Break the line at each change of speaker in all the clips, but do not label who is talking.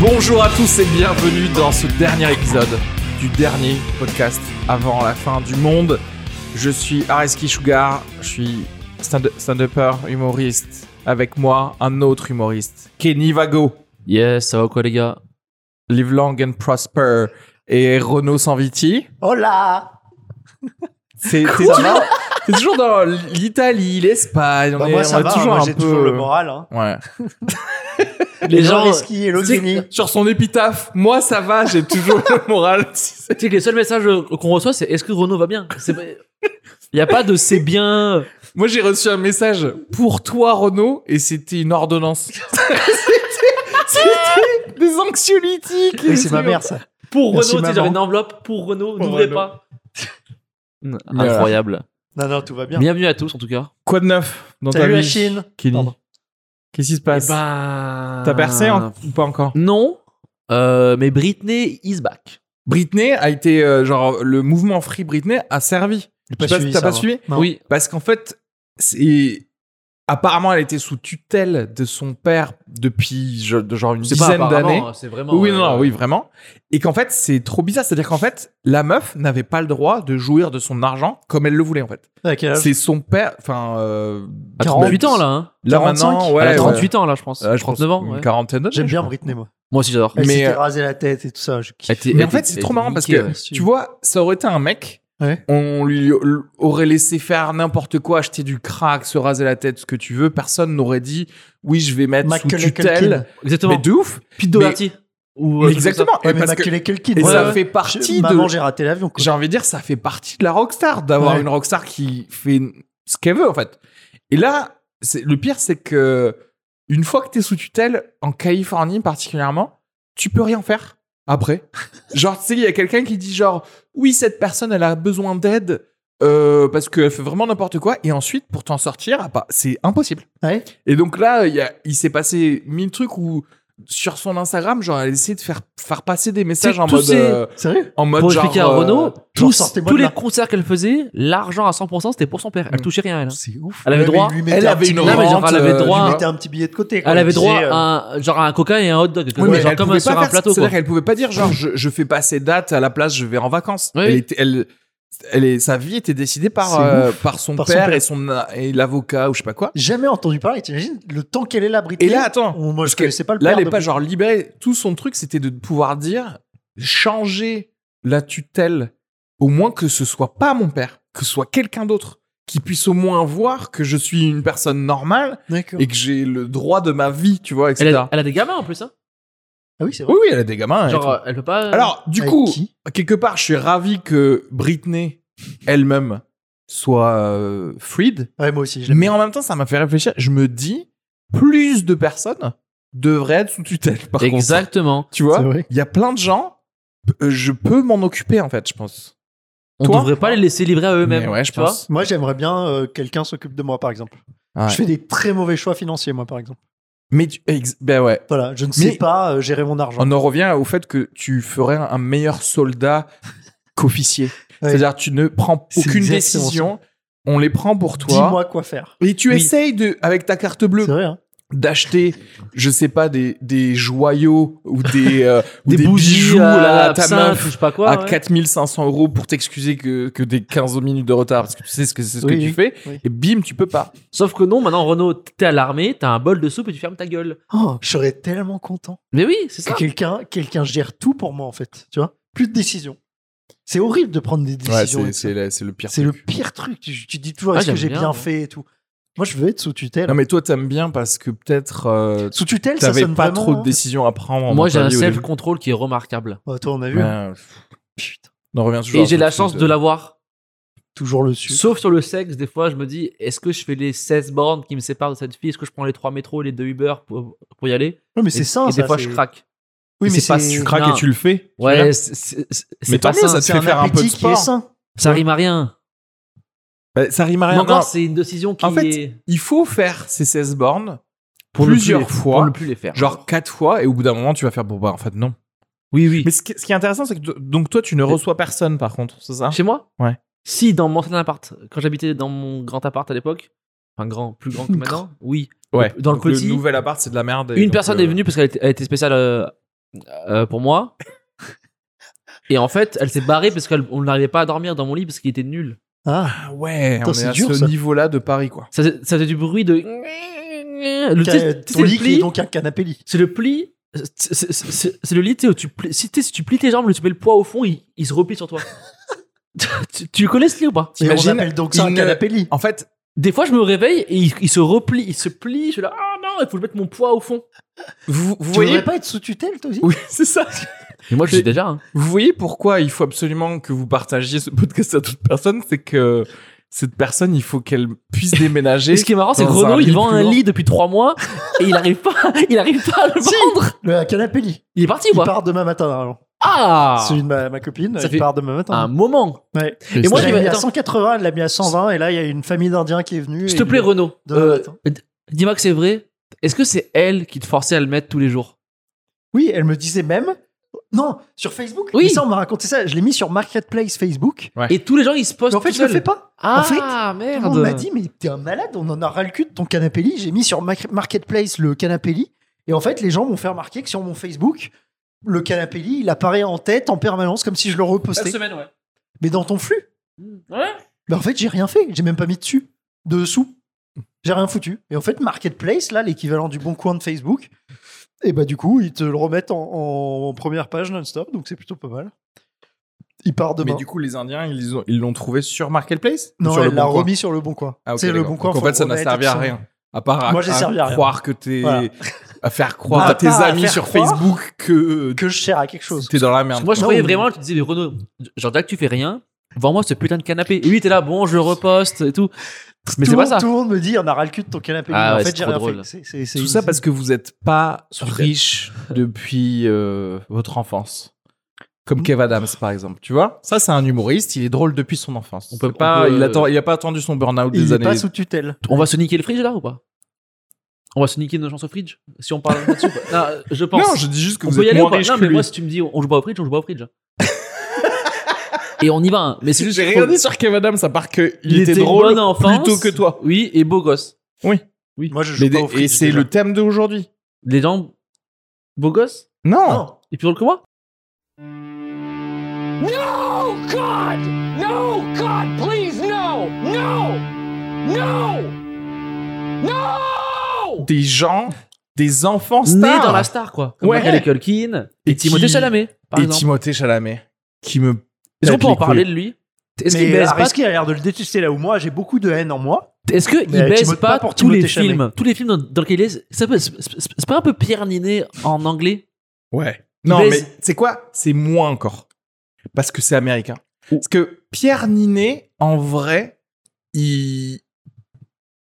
Bonjour à tous et bienvenue dans ce dernier épisode du dernier podcast avant la fin du monde. Je suis Areski Sugar, je suis stand- stand-upper, humoriste. Avec moi, un autre humoriste, Kenny Vago,
Yes, ça va quoi les gars
Live Long and Prosper et Renaud Sanviti.
Hola
C'est t'es toujours, t'es toujours dans l'Italie, l'Espagne.
Bah,
on est,
Moi,
on
ça
est
va,
toujours
moi,
un
j'ai
peu.
toujours le moral. Hein.
Ouais.
Les gens, euh,
Genre ski et Logini.
Sur son épitaphe, moi ça va, j'ai toujours le moral.
tu sais que les seuls messages euh, qu'on reçoit, c'est est-ce que Renault va bien C'est pas- Il n'y a pas de c'est bien.
Moi, j'ai reçu un message pour toi, Renaud, et c'était une ordonnance. C'était- c'était des anxiolytiques.
Oui, c'est ma mère, ça.
Pour
Merci,
Renault, tu sais,
maman.
j'avais une enveloppe pour Renault,
Pour
n'ouvrez
Renaud.
pas. Mm,
Mais
Incroyable.
Non, non, tout va bien.
Bienvenue à tous en tout cas.
Quoi de neuf dans ta
Salut
vie
la Chine
Kenny
Pardon.
Qu'est-ce qui se
Eh
passe
ben...
T'as percé hein en- ou pas encore
Non, euh, mais Britney is back.
Britney a été euh, genre le mouvement Free Britney a servi.
J'ai
Je sais pas si
suivi
T'as
ça,
pas
moi.
suivi
Non.
Oui,
Parce qu'en fait, c'est apparemment elle était sous tutelle de son père depuis je- de genre une
c'est pas
dizaine d'années.
apparemment, hein, c'est vraiment.
Oui,
euh,
non, non, oui, vraiment. Et qu'en fait, c'est trop bizarre. C'est-à-dire qu'en fait, la meuf n'avait pas le droit de jouir de son argent comme elle le voulait, en fait.
À quel âge
C'est son père, enfin... Euh,
À 38 ans là. hein.
Là,
45?
maintenant, ouais.
Elle a
ouais.
38 ans là, je pense.
Euh, je pense
39 ans.
une
ouais.
quarantaine d'années.
J'aime
je
bien
crois.
Britney, moi.
Moi aussi j'adore.
Elle
Mais,
s'était
euh,
rasée la tête et tout ça. je kiffe.
Elle était-
Mais
elle
en fait,
était-
c'est
elle
trop
était
marrant parce
niquée,
que,
ouais.
tu vois, ça aurait été un mec,
Ouais.
on lui aurait laissé faire n'importe quoi, acheter du crack, se raser la tête, ce que tu veux. Personne n'aurait dit, oui, je vais mettre sous
Michael
tutelle.
Culkin.
Mais
Exactement.
de ouf
Pete
Doherty.
Ou, euh,
Mais Exactement
Ouais,
Et
mais
parce que-
Macaulay Culkin.
et
ouais,
ça
ouais.
fait partie
Je-
de...
Maman, j'ai raté l'avion, quoi.
j'ai envie de dire, ça fait partie de la rockstar d'avoir
Ouais.
une rockstar qui fait ce qu'elle veut en fait. Et là, c'est le pire, c'est que une fois que t'es sous tutelle, en Californie particulièrement, tu peux rien faire après. genre, tu sais, il y a quelqu'un qui dit genre, oui, cette personne, elle a besoin d'aide euh, parce qu'elle fait vraiment n'importe quoi. Et ensuite, pour t'en sortir, ah bah, c'est impossible.
Ouais.
Et donc là, il y a- il s'est passé mille trucs où sur son Instagram, genre, elle essayait de faire, faire passer des messages en
tous
mode,
ces-
euh,
Sérieux
en mode
Pour
genre,
expliquer à
euh,
Renaud, tous,
sortez-moi
tous
de
les
là.
concerts qu'elle faisait, l'argent à 100% c'était pour son père. Elle
Mm.
touchait rien, elle.
C'est ouf.
Hein Elle avait
Ouais, mais
droit,
il lui mettait
Elle
un
avait
petit
une
billet-
Non, mais genre,
rente.
elle avait
euh,
droit-
Il
tu
lui
vois.
mettait un petit billet de côté. quoi.
elle avait
Il
droit
disait, euh,
à un, genre à un coca et un hot dog.
Oui,
quoi.
mais
genre
elle
comme
pouvait
sur
pas
un
faire-
plateau. Quoi.
C'est-à-dire qu'elle pouvait pas dire genre je, je fais pas ces dates à la place je vais en vacances.
Oui.
Elle était- elle, elle est- sa vie était décidée par
C'est
euh, par son
Par son
père
père.
et son et l'avocat ou je sais pas quoi.
Jamais entendu parler. T'imagines le temps qu'elle est là, Britney
Et là attends,
Ou Moi, je
parce que
connaissais pas le
là
père.
elle est
de-
pas genre libérée. Tout son truc c'était de pouvoir dire changer la tutelle au moins que ce soit pas mon père, que ce soit quelqu'un d'autre qui puisse au moins voir que je suis une personne normale
D'accord.
et que j'ai le droit de ma vie, tu vois, etc.
Elle a, elle a des gamins en plus. Hein.
Ah oui, c'est vrai.
Oui, oui, elle a des gamins. et
Genre,
tout.
euh, elle peut pas. euh,
Alors, du
Avec
coup,
qui
quelque part, je suis ravi que Britney elle-même soit euh, freed,
Ouais, moi aussi. je l'aime.
mais en même temps, ça m'a fait réfléchir. Je me dis, plus de personnes devraient être sous tutelle, par contre.
exactement.
Tu vois,
C'est vrai.
il y a plein de gens, euh, je peux m'en occuper, en fait, je pense.
On
Toi
devrait pas les laisser livrer à eux-mêmes.
Mais ouais, je
tu vois.
pense.
Moi, j'aimerais bien euh, quelqu'un s'occupe de moi, par exemple.
Ouais.
Je fais des très mauvais choix financiers, moi, par exemple.
Mais tu- ex- ben ouais.
Voilà, je ne sais
Mais-
pas euh, gérer mon argent.
On en revient au fait que tu ferais un meilleur soldat qu'officier.
Ouais.
C'est-à-dire, tu ne prends
C'est
aucune
exactement
décision, on les prend pour toi.
Dis-moi quoi faire.
Et tu
Oui.
essayes de, avec ta carte bleue,
C'est vrai, hein
d'acheter, je sais pas, des, des joyaux ou des, euh, ou des bijoux là, à ta
euh, absinthe,
meuf
ou je sais pas quoi.
à
ouais.
4500 euros pour t'excuser que, que des 15 minutes de retard parce que tu sais ce que c'est ce
Oui,
que tu
oui,
fais
oui.
et bim, tu peux pas.
Sauf que non, maintenant Renault, t'es à l'armée, t'as un bol de soupe et tu fermes ta gueule.
Oh, je serais tellement content
Mais oui, c'est
que
ça.
quelqu'un quelqu'un gère tout pour moi, en fait. Tu vois Plus de décision. C'est horrible de prendre des décisions. et tout ça.
le pire.
c'est le pire truc. Tu, tu dis toujours,
Ah,
est-ce que
j'aime
j'ai
bien,
bien,
moi.
fait et tout. Moi, je veux être sous tutelle.
Non, mais toi, t'aimes bien parce que peut-être euh,
Sous tutelle, ça
t'avais
sonne
pas
vraiment,
trop de
hein.
décisions à prendre. dans ta
Moi, j'ai un
vie au début.
self-control qui est remarquable.
Ouais, toi, on a vu. hein.
Ouais, pff,
Putain,
on en revient toujours.
Et
à
j'ai
ce
la
truc
chance de l'avoir.
toujours le sucre.
Sauf sur le sexe, des fois, je me dis, est-ce que je fais les 16 bornes qui me séparent de cette fille Est-ce que je prends les 3 métros, les 2 Uber pour, pour y aller
Ouais, mais
Et-
c'est sain,
Et des
ça,
fois,
c'est-
je craque.
Oui,
Et
mais
c'est pas
c'est
Tu craques
Non.
et tu le fais. tu vois.
Ouais, c'est- c'est c'est
Mais
pas
tant mieux,
ça.
ça te fait faire un peu de
appétit qui est
sport.
sain.
Ça rime à rien.
Bah, Ça rime à
Mais
rien. Non,
encore, c'est une décision qui
En fait,
est
Il faut faire ces 16 bornes
pour ne plus
plusieurs
les-
fois.
Pour ne plus les faire.
genre quatre fois et au bout d'un moment tu vas faire bon bah en fait non
Oui, oui.
Mais ce qui, ce qui est intéressant, c'est que to- donc toi, tu ne reçois personne, par contre, c'est ça
Chez moi
Ouais.
Si, dans mon ancien appart. Quand j'habitais dans mon grand appart à l'époque, enfin grand, plus grand que maintenant, oui.
Ouais.
Dans le
Donc,
petit-
Le nouvel appart, c'est de la merde. et
Une
donc,
personne
euh,
est venue parce qu'elle était, elle était spéciale euh, euh, pour moi. Et en fait, elle s'est barrée parce qu'on n'arrivait pas à dormir dans mon lit parce qu'il était nul.
Ah,
Ah ouais,
Putain,
on est,
c'est
à
dur,
ce
ça.
niveau-là de Paris, quoi.
Ça, faisait- ça faisait du bruit de. Le, tu
t'as-
sais- tu sais,
ton
le
lit qui est
pli,
donc un canapé lit.
c'est le pli. C'est c'est- c'est- c'est le lit, tu sais, où tu pli- si, tu sais, si tu plies tes jambes, tu mets le poids au fond, il, il se replie sur toi. tu, tu le connais ce lit ou pas
Et on
T'imagines
appelle donc ça un
une-
canapé lit.
En fait,
Des fois, je me réveille et il, il se replie, il se plie. Je suis là, ah non, il faut mettre mon poids au fond.
vous, vous
Tu
voyez.
voudrais pas être sous tutelle, toi aussi
Oui, c'est ça.
Mais moi, je
C'est-
sais déjà. hein.
Vous voyez pourquoi il faut absolument que vous partagiez ce podcast à toute personne, c'est que cette personne, il faut qu'elle puisse déménager.
Et ce qui est marrant, c'est que
dans un
Renaud,
lit
il vend
plus
un
grand.
lit depuis trois mois et il arrive pas, il arrive pas à le
Si.
vendre.
Le un canapé lit.
Il est parti ou
Il
pas
part demain matin, normalement.
Ah
Celui de ma, ma copine,
Ça
il
fait
part demain
Un
matin.
moment.
Ouais.
Et moi,
Moi,
je
j'avais mis
vais.
à
attends,
180, elle l'a mis à 120, et là, il y a une famille d'Indiens qui est venue.
S'il
et
te
ils
plaît,
l'ont-
Renaud.
Demain
euh,
matin.
d- Dis-moi que c'est vrai. Est-ce que c'est elle qui te forçait à le mettre tous les jours
Oui, elle me disait même. Non, sur Facebook
Oui.
Mais ça, on m'a raconté ça. Je l'ai mis sur Marketplace Facebook.
Ouais.
Et tous les gens, ils se postent.
Mais en fait,
Oh, tout
je le
seuls.
fais pas.
Ah,
En fait,
merde.
On m'a dit, mais t'es un malade, on en a ras le cul de ton canapé lit. J'ai mis sur Ma- Marketplace le canapé lit. Et en fait, les gens m'ont fait remarquer que sur mon Facebook, le canapé lit, il apparaît en tête en permanence comme si je le repostais.
semaine, ouais.
Mais dans ton flux.
Mmh. Ouais.
Mais en fait, j'ai rien fait. J'ai même pas mis dessus. Dessous. J'ai rien foutu. Et en fait, Marketplace, là, l'équivalent du bon coin de Facebook, et bah du coup, ils te le remettent en, en première page non-stop. Donc c'est plutôt pas mal. Il part demain.
Mais du coup, les Indiens, ils ont- ils l'ont trouvé sur Marketplace Ou
non,
sur
elle
le
l'a
Bon Coin
remis sur le bon coin.
Ah, ok,
c'est le
d'accord.
bon coin.
Donc, en
faut
fait, ça
le
n'a
remettre
servi à
tout ça.
rien. À part à,
Moi, j'ai
à
servi à rien.
croire que t'es.
Voilà.
à faire croire
À
à, tes
part à
amis
faire
sur
croire
Facebook que, euh,
Que je sers à quelque chose.
t'es dans la
Parce
merde.
que moi, je
Non,
croyais
mais-
vraiment, tu disais, mais Renaud, genre, Jack, tu fais rien. Vends-moi ce putain de canapé. Et lui, t'es là, bon, je le reposte et tout. Mais
Tout
c'est
le
pas
monde-
ça.
Tout le monde me dit, on a ras le cul de ton canapé.
Ah
Mais
ouais,
en fait,
c'est
j'ai
trop
rien
drôle.
fait. C'est- c'est- c'est-
Tout ça
c'est-
parce que vous n'êtes pas
Tutelle.
riche depuis euh, votre enfance. Comme Kev Adams, par exemple. Tu vois Ça, c'est un humoriste. Il est drôle depuis son enfance.
On peut-
C'est pas,
on peut-
il, attend, il a pas attendu son burn-out
il
des
est
années.
pas sous tutelle.
On va se niquer le fridge là ou pas On va se niquer nos chances au fridge Si on parle là-dessus ou pas Non, je pense.
Non, je dis juste que
on
vous
peut y
êtes
aller ou
moins
pas
riche
Non,
que
mais
lui.
moi, si tu me dis on joue pas au fridge, on joue pas au fridge. et on y va. hein. Mais c'est juste.
J'ai
faut-
regardé sur Kev Adams, à part qu'il
Il
était
une
drôle
bonne enfance,
plutôt que toi.
Oui, et beau gosse.
Moi, je joue
Mais
pas
des-
au
et
fridge,
c'est
déjà.
le thème d'aujourd'hui.
Les gens. Beau gosse
Non,
Non.
Et plus drôle que moi
des gens, des enfants stars.
Né dans la star quoi. Comme
Ouais.
Michael Culkin et
Et
Timothée
qui-
Chalamet par
et
exemple.
Timothée Chalamet, qui me.
Est-ce qu'on
tape
peut
les
en parler
couilles.
de lui Est-ce
Mais
qu'il baise
alors,
pas
est-ce qu'il a l'air de le détester là où moi j'ai beaucoup de haine en moi
Est-ce que il
Mais avec
baise
Timothée-
pas,
pas pour
tous les
Timothée Chalamet.
films Tous les films dans, dans lesquels il est. ça peut- C'est c'est- c'est pas un peu Pierre Ninet en anglais
Ouais. Non,
baise.
mais c'est quoi C'est moins encore. Parce que c'est américain.
Ouh.
Parce que Pierre Ninet, en vrai, il.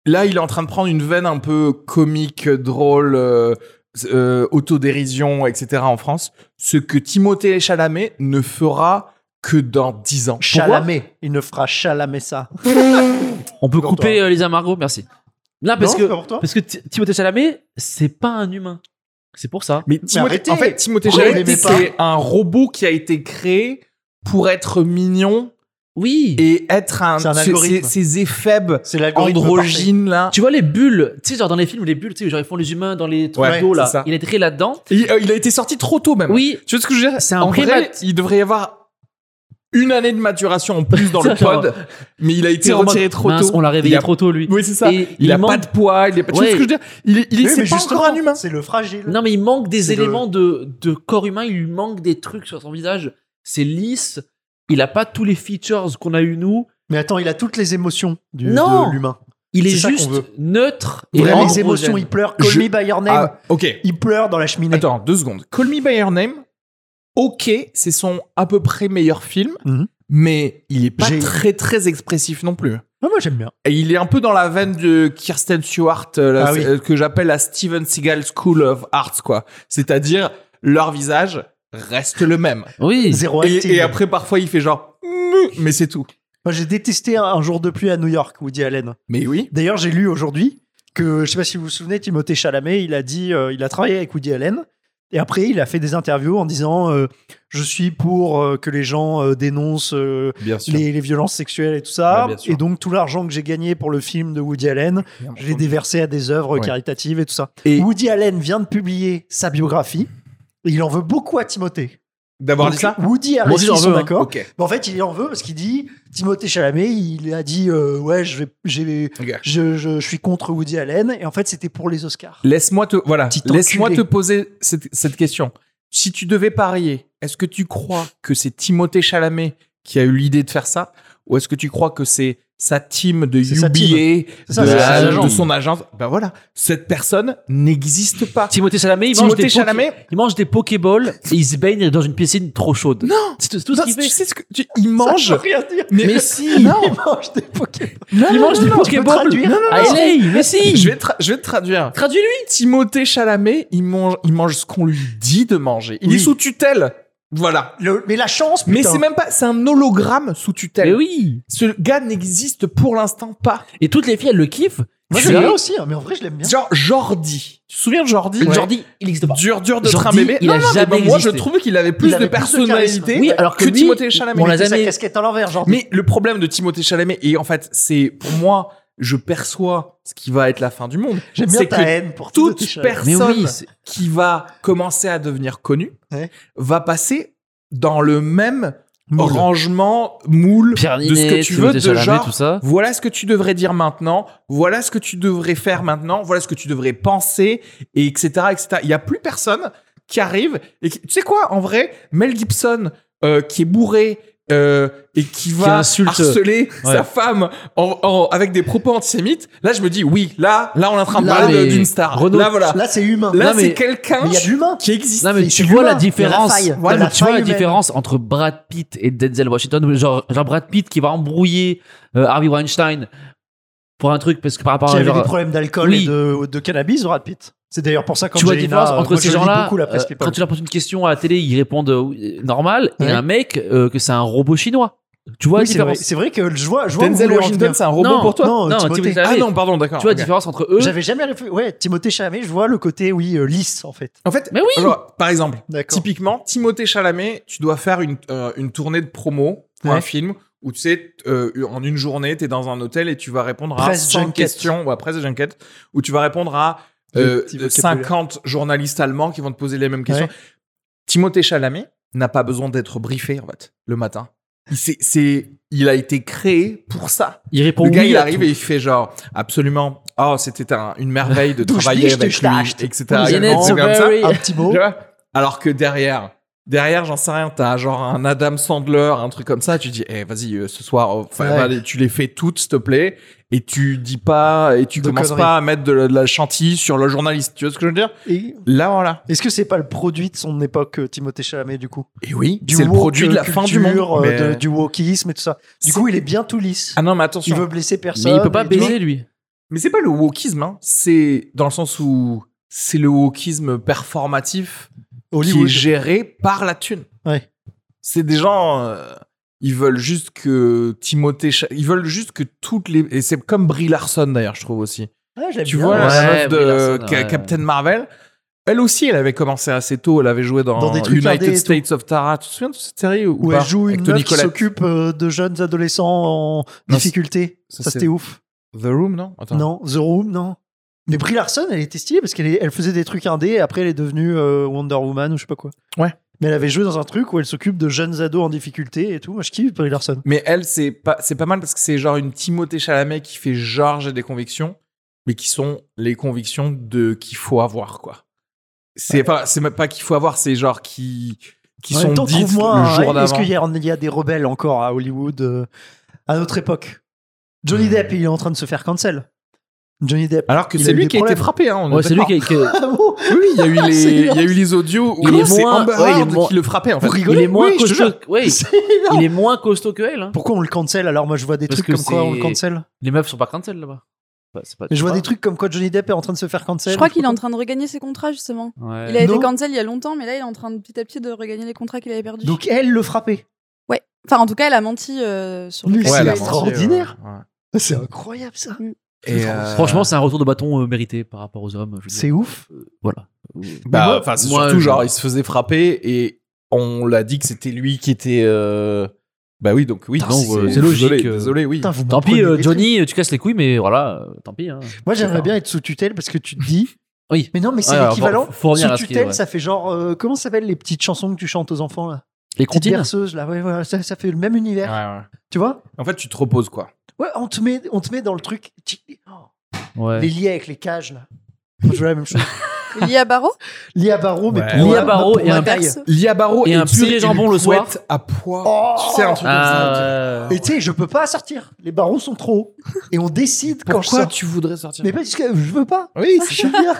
Là, il est en train de prendre une veine un peu comique, drôle, euh, euh, autodérision, etc. en France. Ce que Timothée Chalamet ne fera que dans 10 ans. Pourquoi
Chalamet. Il ne fera Chalamet ça.
On peut
Pour
couper euh, les amargots, merci. Là, parce
Non,
que,
pas pour toi
parce que Ti- Timothée Chalamet, c'est pas un humain. C'est pour ça.
Mais Timothée,
arrêtez.
en fait, Timothée
Pourquoi
Chalamet,
vous l'aimez
c'est un robot qui a été créé pour être mignon
Oui.
et être un.
C'est un
ce-
algorithme.
ces- Ces effets
C'est l'algorithme.
androgynes là.
tu vois les bulles, tu sais, genre dans les films, les bulles, tu sais, genre ils font les humains dans les trucs
Ouais,
d'eau,
c'est
là.
ça.
Il est très là-dedans.
Et, euh, il a été sorti trop tôt même.
Oui.
Tu vois ce que je veux dire
C'est un
En vrai,
primate.
il devrait y avoir une année de maturation en plus dans le
Ça, genre,
pod, mais il a été
c'est en mode,
retiré trop
mince,
tôt.
On l'a réveillé
Il a-
trop tôt, lui.
Oui, c'est ça.
Et
il, a
manque-
pas de poids, il est pas- Tu vois
Ouais.
ce que je veux dire Il est, il est- c'est pas encore un humain.
C'est le fragile.
Non, mais il manque des
C'est le-
éléments de, de corps humain. Il lui manque des trucs sur son visage. C'est lisse. Il a pas tous les features qu'on a eu nous.
Mais attends, il a toutes les émotions du,
Non.
de l'humain.
Il est,
C'est ça qu'on
juste
veut.
neutre et
Il a les
androgène.
émotions, il pleure. Call
Je-
me by your name.
Ah, ok.
Il pleure dans la cheminée.
Attends, deux secondes. Call Me By Your Name, ok, c'est son à peu près meilleur film,
Mhm.
mais il est pas
J'ai-
très très expressif non plus.
Ah, moi j'aime bien.
Et il est un peu dans la veine de Kirsten Stewart, euh, la-
Ah oui.
euh, que j'appelle la Steven Seagal School of Arts, quoi. C'est-à-dire, leur visage reste le même.
Oui.
Zéro
Et-
acting.
et, après, parfois, il fait genre, mais c'est tout.
Moi j'ai détesté un, un jour de pluie à New York, Woody Allen.
Mais oui.
D'ailleurs, j'ai lu aujourd'hui que, je sais pas si vous vous souvenez, Timothée Chalamet, il a dit, euh, il a travaillé avec Woody Allen Et après, il a fait des interviews en disant euh, Je suis pour euh, que les gens euh, dénoncent euh,
Bien sûr.
les, les violences sexuelles et tout ça.
Ouais, bien sûr.
et donc, tout l'argent que j'ai gagné pour le film de Woody Allen, je l'ai déversé à des œuvres
Ouais.
caritatives et tout ça.
Et-
Woody Allen vient de publier sa biographie. Et il en veut beaucoup à Timothée.
D'avoir
Donc,
dit ça
Woody et
Moi
Allen
aussi,
ils
j'en
sont
veux, hein.
d'accord.
Ok.
Mais en fait, il en veut parce qu'il dit Timothée Chalamet, il a dit euh, Ouais, je, vais, j'ai-
Ok.
je, je- je suis contre Woody Allen. Et en fait, c'était pour les Oscars.
Laisse-moi te, voilà,
Petit enculé.
laisse-moi te poser cette, cette question. Si tu devais parier, est-ce que tu crois que c'est Timothée Chalamet qui a eu l'idée de faire ça ou est-ce que tu crois que c'est sa team de
C'est sa
UBA,
C'est ça,
de,
c'est ses
la-
agents.
de son agence Ben voilà, cette personne n'existe pas.
Timothée Chalamet, il mange
Timothée
des
Chalamet,
poké- il mange des Pokéballs et il se baigne dans une piscine trop chaude.
Non
C'est tout, c'est tout
non,
ce qu'il
tu
fait.
sais ce que tu- il
Ça
mange.
veut rien dire.
mais, si, non,
Il mange des Pokémon.
non,
Il
non,
mange
non,
des
non,
je peux traduire.
Pokéballs
Non,
à LA, mais si
Je vais, tra- je vais te traduire.
Traduis-lui
Timothée Chalamet, il mange, il mange ce qu'on lui dit de manger. Il
Oui.
est sous tutelle. Voilà.
Le- mais la chance,
Mais
putain.
c'est même pas, c'est un hologramme sous tutelle.
Mais oui
Ce gars n'existe pour l'instant pas.
Et toutes les filles, elles le kiffent.
Moi,
Tu
j'aime
es-
bien aussi, hein, mais en vrai, je l'aime bien.
Genre Jordi. Tu te souviens de Jordi
Le Jordi, il existe pas.
Dur, dur de
Jordi,
un bébé.
il a
mais
jamais
moi, je
existé.
trouve qu'il avait plus
avait
de
plus de
personnalité
charisme.
Oui, alors que lui,
Timothée Chalamet.
on l'a
Il a sa
jamais-
casquette à l'envers, genre.
Mais le problème de Timothée Chalamet, et en fait, c'est pour moi, je perçois ce qui va être la fin du monde.
J'aime bien
C'est
ta
que
haine pour tout.
toute personne
c'est-
qui va commencer à devenir connue
Ouais.
va passer dans le même
Moule.
rangement moule
Pierre
de ce que
Niney,
tu veux
Timothée
de
Chalamet,
genre
tout ça.
voilà ce que tu devrais dire maintenant voilà ce que tu devrais faire maintenant voilà ce que tu devrais penser et etc etc il y a plus personne qui arrive et qui- tu sais quoi en vrai Mel Gibson euh, qui est bourré euh, et qui va
insulte.
harceler
Ouais.
sa femme en- en- avec des propos antisémites là je me dis oui là là on est en train de
Là,
parler de-
mais-
d'une star
Renaud,
là Ah, voilà
Là, c'est humain.
Là,
Non,
c'est
mais-
quelqu'un
Mais il y a de l'humain.
qui existe.
Non, mais
C'est-
tu
c'est
vois
l'humain,
la
il y a la
différence. Ouais,
faille, il y a
mais
la
tu vois la
faille humaine.
différence entre Brad Pitt et Denzel Washington. ou Genre, genre Brad Pitt qui va embrouiller euh, Harvey Weinstein pour un truc parce que par rapport
Qui
à
avait des
genre,
problèmes d'alcool
Oui.
et de, de cannabis, Brad Pitt. C'est d'ailleurs pour ça quand
tu vois la
Angelina-
différence entre
moi,
ces
je lis
gens-là.
beaucoup la presse
euh,
people.
quand tu leur poses une question à la télé, ils répondent euh, oui, normal, et
Ouais.
un mec euh, que c'est un robot chinois. Tu vois
Oui,
la
c'est vrai.
différence
C'est vrai que je vois, je vois où vous
Denzel
voulez en
Washington,
venir.
c'est un robot
Non,
pour toi
non,
Non,
Timothée.
Timothée
Ah
Chalamet.
non, pardon, d'accord.
Tu vois la
ok.
différence entre eux
J'avais jamais réfléchi. Ouais, Timothée Chalamet, je vois le côté, oui, euh, lisse en fait.
En fait,
Mais oui.
alors, par exemple,
D'accord.
typiquement, Timothée Chalamet, tu dois faire une, euh, une tournée de promo pour
Ouais.
un film où tu sais, euh, en une journée, tu es dans un hôtel et tu vas répondre à
Presse
100
junket.
questions, ou après junket, où tu vas répondre à euh,
Le petit vocabulaire.
50 journalistes allemands qui vont te poser les mêmes questions.
Ouais.
Timothée Chalamet n'a pas besoin d'être briefé, en fait, le matin. Il, s'est- c'est, il a été créé pour ça.
Il répond
le gars,
oui
il
à
arrive
tout.
et il fait genre, absolument, oh, c'était un- une merveille de
Douche
travailler
biche,
avec
douche
lui,
tache.
etc.
Vous
Il y a
en êtes
un truc comme ça.
very-
Un petit
Tu
mot.
vois Alors que derrière, derrière, j'en sais rien, t'as genre un Adam Sandler, un truc comme ça, tu dis, eh, vas-y, euh, ce soir, euh, enfin,
Ouais.
allez, tu les fais toutes, s'il te plaît, et tu dis pas, et tu
De
commences
conneries.
pas à mettre de, la- de la chantilly sur le journaliste, tu vois ce que je veux dire
Et
Là, voilà.
Est-ce que c'est pas le produit de son époque, euh, Timothée Chalamet, du coup
Et oui,
Du
c'est le
woke,
produit de la
euh,
fin du
culture,
monde.
euh,
mais-
de- du wokisme et tout ça. Du
C'est-
coup, il est bien tout lisse.
Ah non, mais
il
attention.
veut blesser personne.
Mais il peut pas
et tu vois-
baiser lui.
Mais c'est pas le wokisme, hein. c'est dans le sens où c'est le wokisme performatif qui est
Hollywood.
géré par la thune.
Ouais.
C'est des gens, euh, ils veulent juste que Timothée, Cha- ils veulent juste que toutes les, et c'est comme Brie Larson d'ailleurs, je trouve aussi.
Ouais, Ah, j'aime
Tu
bien,
vois
ouais.
la
Ouais,
meuf de
Brie Larson,
Ca-
ouais.
Captain Marvel, elle aussi, elle avait commencé assez tôt, elle avait joué dans,
Dans des trucs indés et
United
tout.
States of Tara. Tu te souviens de cette série ou
Où
pas
elle joue
Avec
une
Toni
meuf qui
Collette.
s'occupe euh, de jeunes adolescents en
c'est-
difficulté.
ça,
Ça,
c'est-
c'était ouf.
The Room, non Attends. Mm.
Non, The Room, non. Mais Brie Larson, elle était stylée parce qu'elle est- elle faisait des trucs indés et après elle est devenue euh, Wonder Woman ou je sais pas quoi.
Ouais.
Mais elle avait joué dans un truc où elle s'occupe de jeunes ados en difficulté et tout. Moi, je kiffe Brie Larson.
Mais elle, c'est pas, c'est pas mal parce que c'est genre une Timothée Chalamet qui fait genre j'ai des convictions, mais qui sont les convictions de qu'il faut avoir, quoi. C'est pas, c'est même pas qu'il faut avoir, c'est genre qui, qui
En
sont
même temps,
dites
trouve-moi un-
le jour
Est-ce
d'avant.
qu'il y, a- il y a des rebelles encore à Hollywood euh, à notre époque
Mm.
Johnny Depp, il est en train de se faire cancel. Johnny Depp.
Alors que
il
c'est
a eu
lui
des
qui a été
problèmes.
frappé, hein. on est
Ouais, c'est lui
d'accord.
qui est- qui est-
Ah bon
Oui, oui, il y a eu
C'est
les, il y a
grave.
eu les audios où
Il est
c'est
moins-
Amber
ouais, il est
Heard
moins-
qui le frappait, en fait.
Vous
il
rigolez
est moins
Oui, je te
costaud.
jure.
ouais,
C'est énorme.
il est moins costaud que elle. hein.
Pourquoi on le cancel alors Moi, je vois des
Parce
trucs
que
comme quoi on le
c'est-
cancel.
Les meufs sont pas cancel là-bas. Bah, c'est pas-
Mais je vois
pas-
des trucs comme quoi Johnny Depp est en train de se faire cancel.
Je crois qu'il est en train de regagner ses contrats justement.
Ouais.
Il a été
Euh, Non.
cancel il y a longtemps, mais là il est en train de petit à petit de regagner les contrats qu'il avait perdus.
Donc elle le frappait.
Enfin, en tout cas, elle a menti euh, sur
Lui,
le
c'est
fait
elle a
que-
menti,
extraordinaire.
ouais, ouais.
Ah, C'est incroyable ça.
Et,
C'est
euh,
Franchement, c'est un retour de bâton euh, mérité par rapport aux hommes. je veux dire.
C'est ouf.
Voilà.
Bah,
moi-
enfin, c'est
moi,
surtout
je-
genre, il se faisait frapper et on l'a dit que c'était lui qui était. euh, Bah oui, donc oui,
Putain,
non,
c'est-
euh,
c'est
désolé,
logique, euh.
Désolé, oui.
Putain, vous
Tant
m'apprenez
pis, euh,
des trucs.
Johnny, tu casses les couilles, mais voilà, euh, tant pis. hein.
Moi,
C'est
j'aimerais
pas-
bien être sous tutelle parce que tu te dis.
Oui.
Mais non, mais c'est
Ouais, alors,
l'équivalent.
faut- faut revenir
sous
à ce qui est,
tutelle,
ouais.
ça fait genre. euh, comment ça s'appelle les petites chansons que tu chantes aux enfants là
Les
Petites
comptines
berceuses là, ouais, ouais, ça, ça fait le même univers. Tu vois
En fait, tu te reposes, quoi.
Ouais, on te, met, on te met dans le truc. tu-
Ouais.
Les liens avec les cages là. Moi, je veux la même chose.
Lié à barreau
Lit à barreau, mais
Ouais.
pour
Lit
ma-
à
barreau
pour
et
ma
un
taille.
perso.
Liabarro
Et un
tu sais,
purée jambon
une
le soir.
couette à poids.
Oh
tu sais, un truc comme ça.
Ah,
Et tu sais, je peux pas sortir. Les barreaux sont trop hauts. Et on décide quand je
Pourquoi
sors.
tu voudrais sortir
Mais parce que je veux pas.
Oui,
Je suis bien.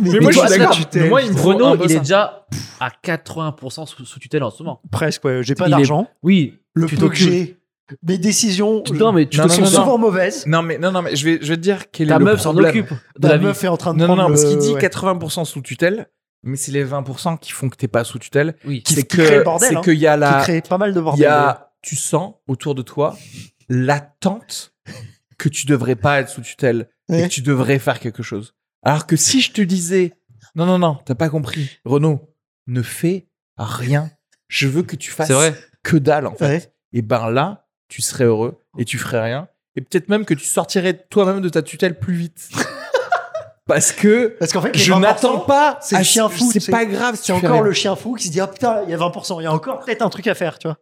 mais,
moi, je
toi,
suis d'accord.
tu t'es-
Mais moi, il me faut
Renaud,
un peu
il
ça.
est
hein.
déjà à 80% sous, sous tutelle en ce moment.
Presque, ouais, j'ai pas
Il est-
d'argent.
Oui,
Le
tu
peu que
t'occupes.
j'ai, mes décisions
Non, mais tu
Non, non,
te sens
sont
non,
souvent.
souvent mauvaises.
Non, mais, non, non, mais je vais, je vais te dire quel est
Ta
le
meuf s'en
problème.
occupe de
La,
la vie.
meuf est en train de
Non, non, non,
prendre
parce qu'il
le-
dit
ouais.
80% sous tutelle, mais c'est les 20% qui font que t'es pas sous tutelle.
Oui.
Qui-
C'est
qui crée
que
le bordel,
c'est
hein.
qu'il y a
qui
la,
crée pas mal de
il y
bordel.
a, tu sens autour de toi l'attente que tu devrais pas être sous tutelle et
Ouais.
que tu devrais faire quelque chose. Alors que si je te disais, non, non, non, t'as pas compris, Renaud, ne fais rien. Je veux que tu fasses
C'est vrai.
que dalle, en fait.
Ouais.
Et ben là, tu serais heureux et tu ferais rien. Et peut-être même que tu sortirais toi-même de ta tutelle plus vite. Parce que
Parce qu'en fait, les
je
20%,
n'attends pas.
c'est le
à-
chien fou, tu
C'est
sais.
pas grave. si
C'est
tu fais
encore
rien.
le chien fou qui se dit Ah putain, il y a 20%, il y a encore peut-être un truc à faire, tu vois.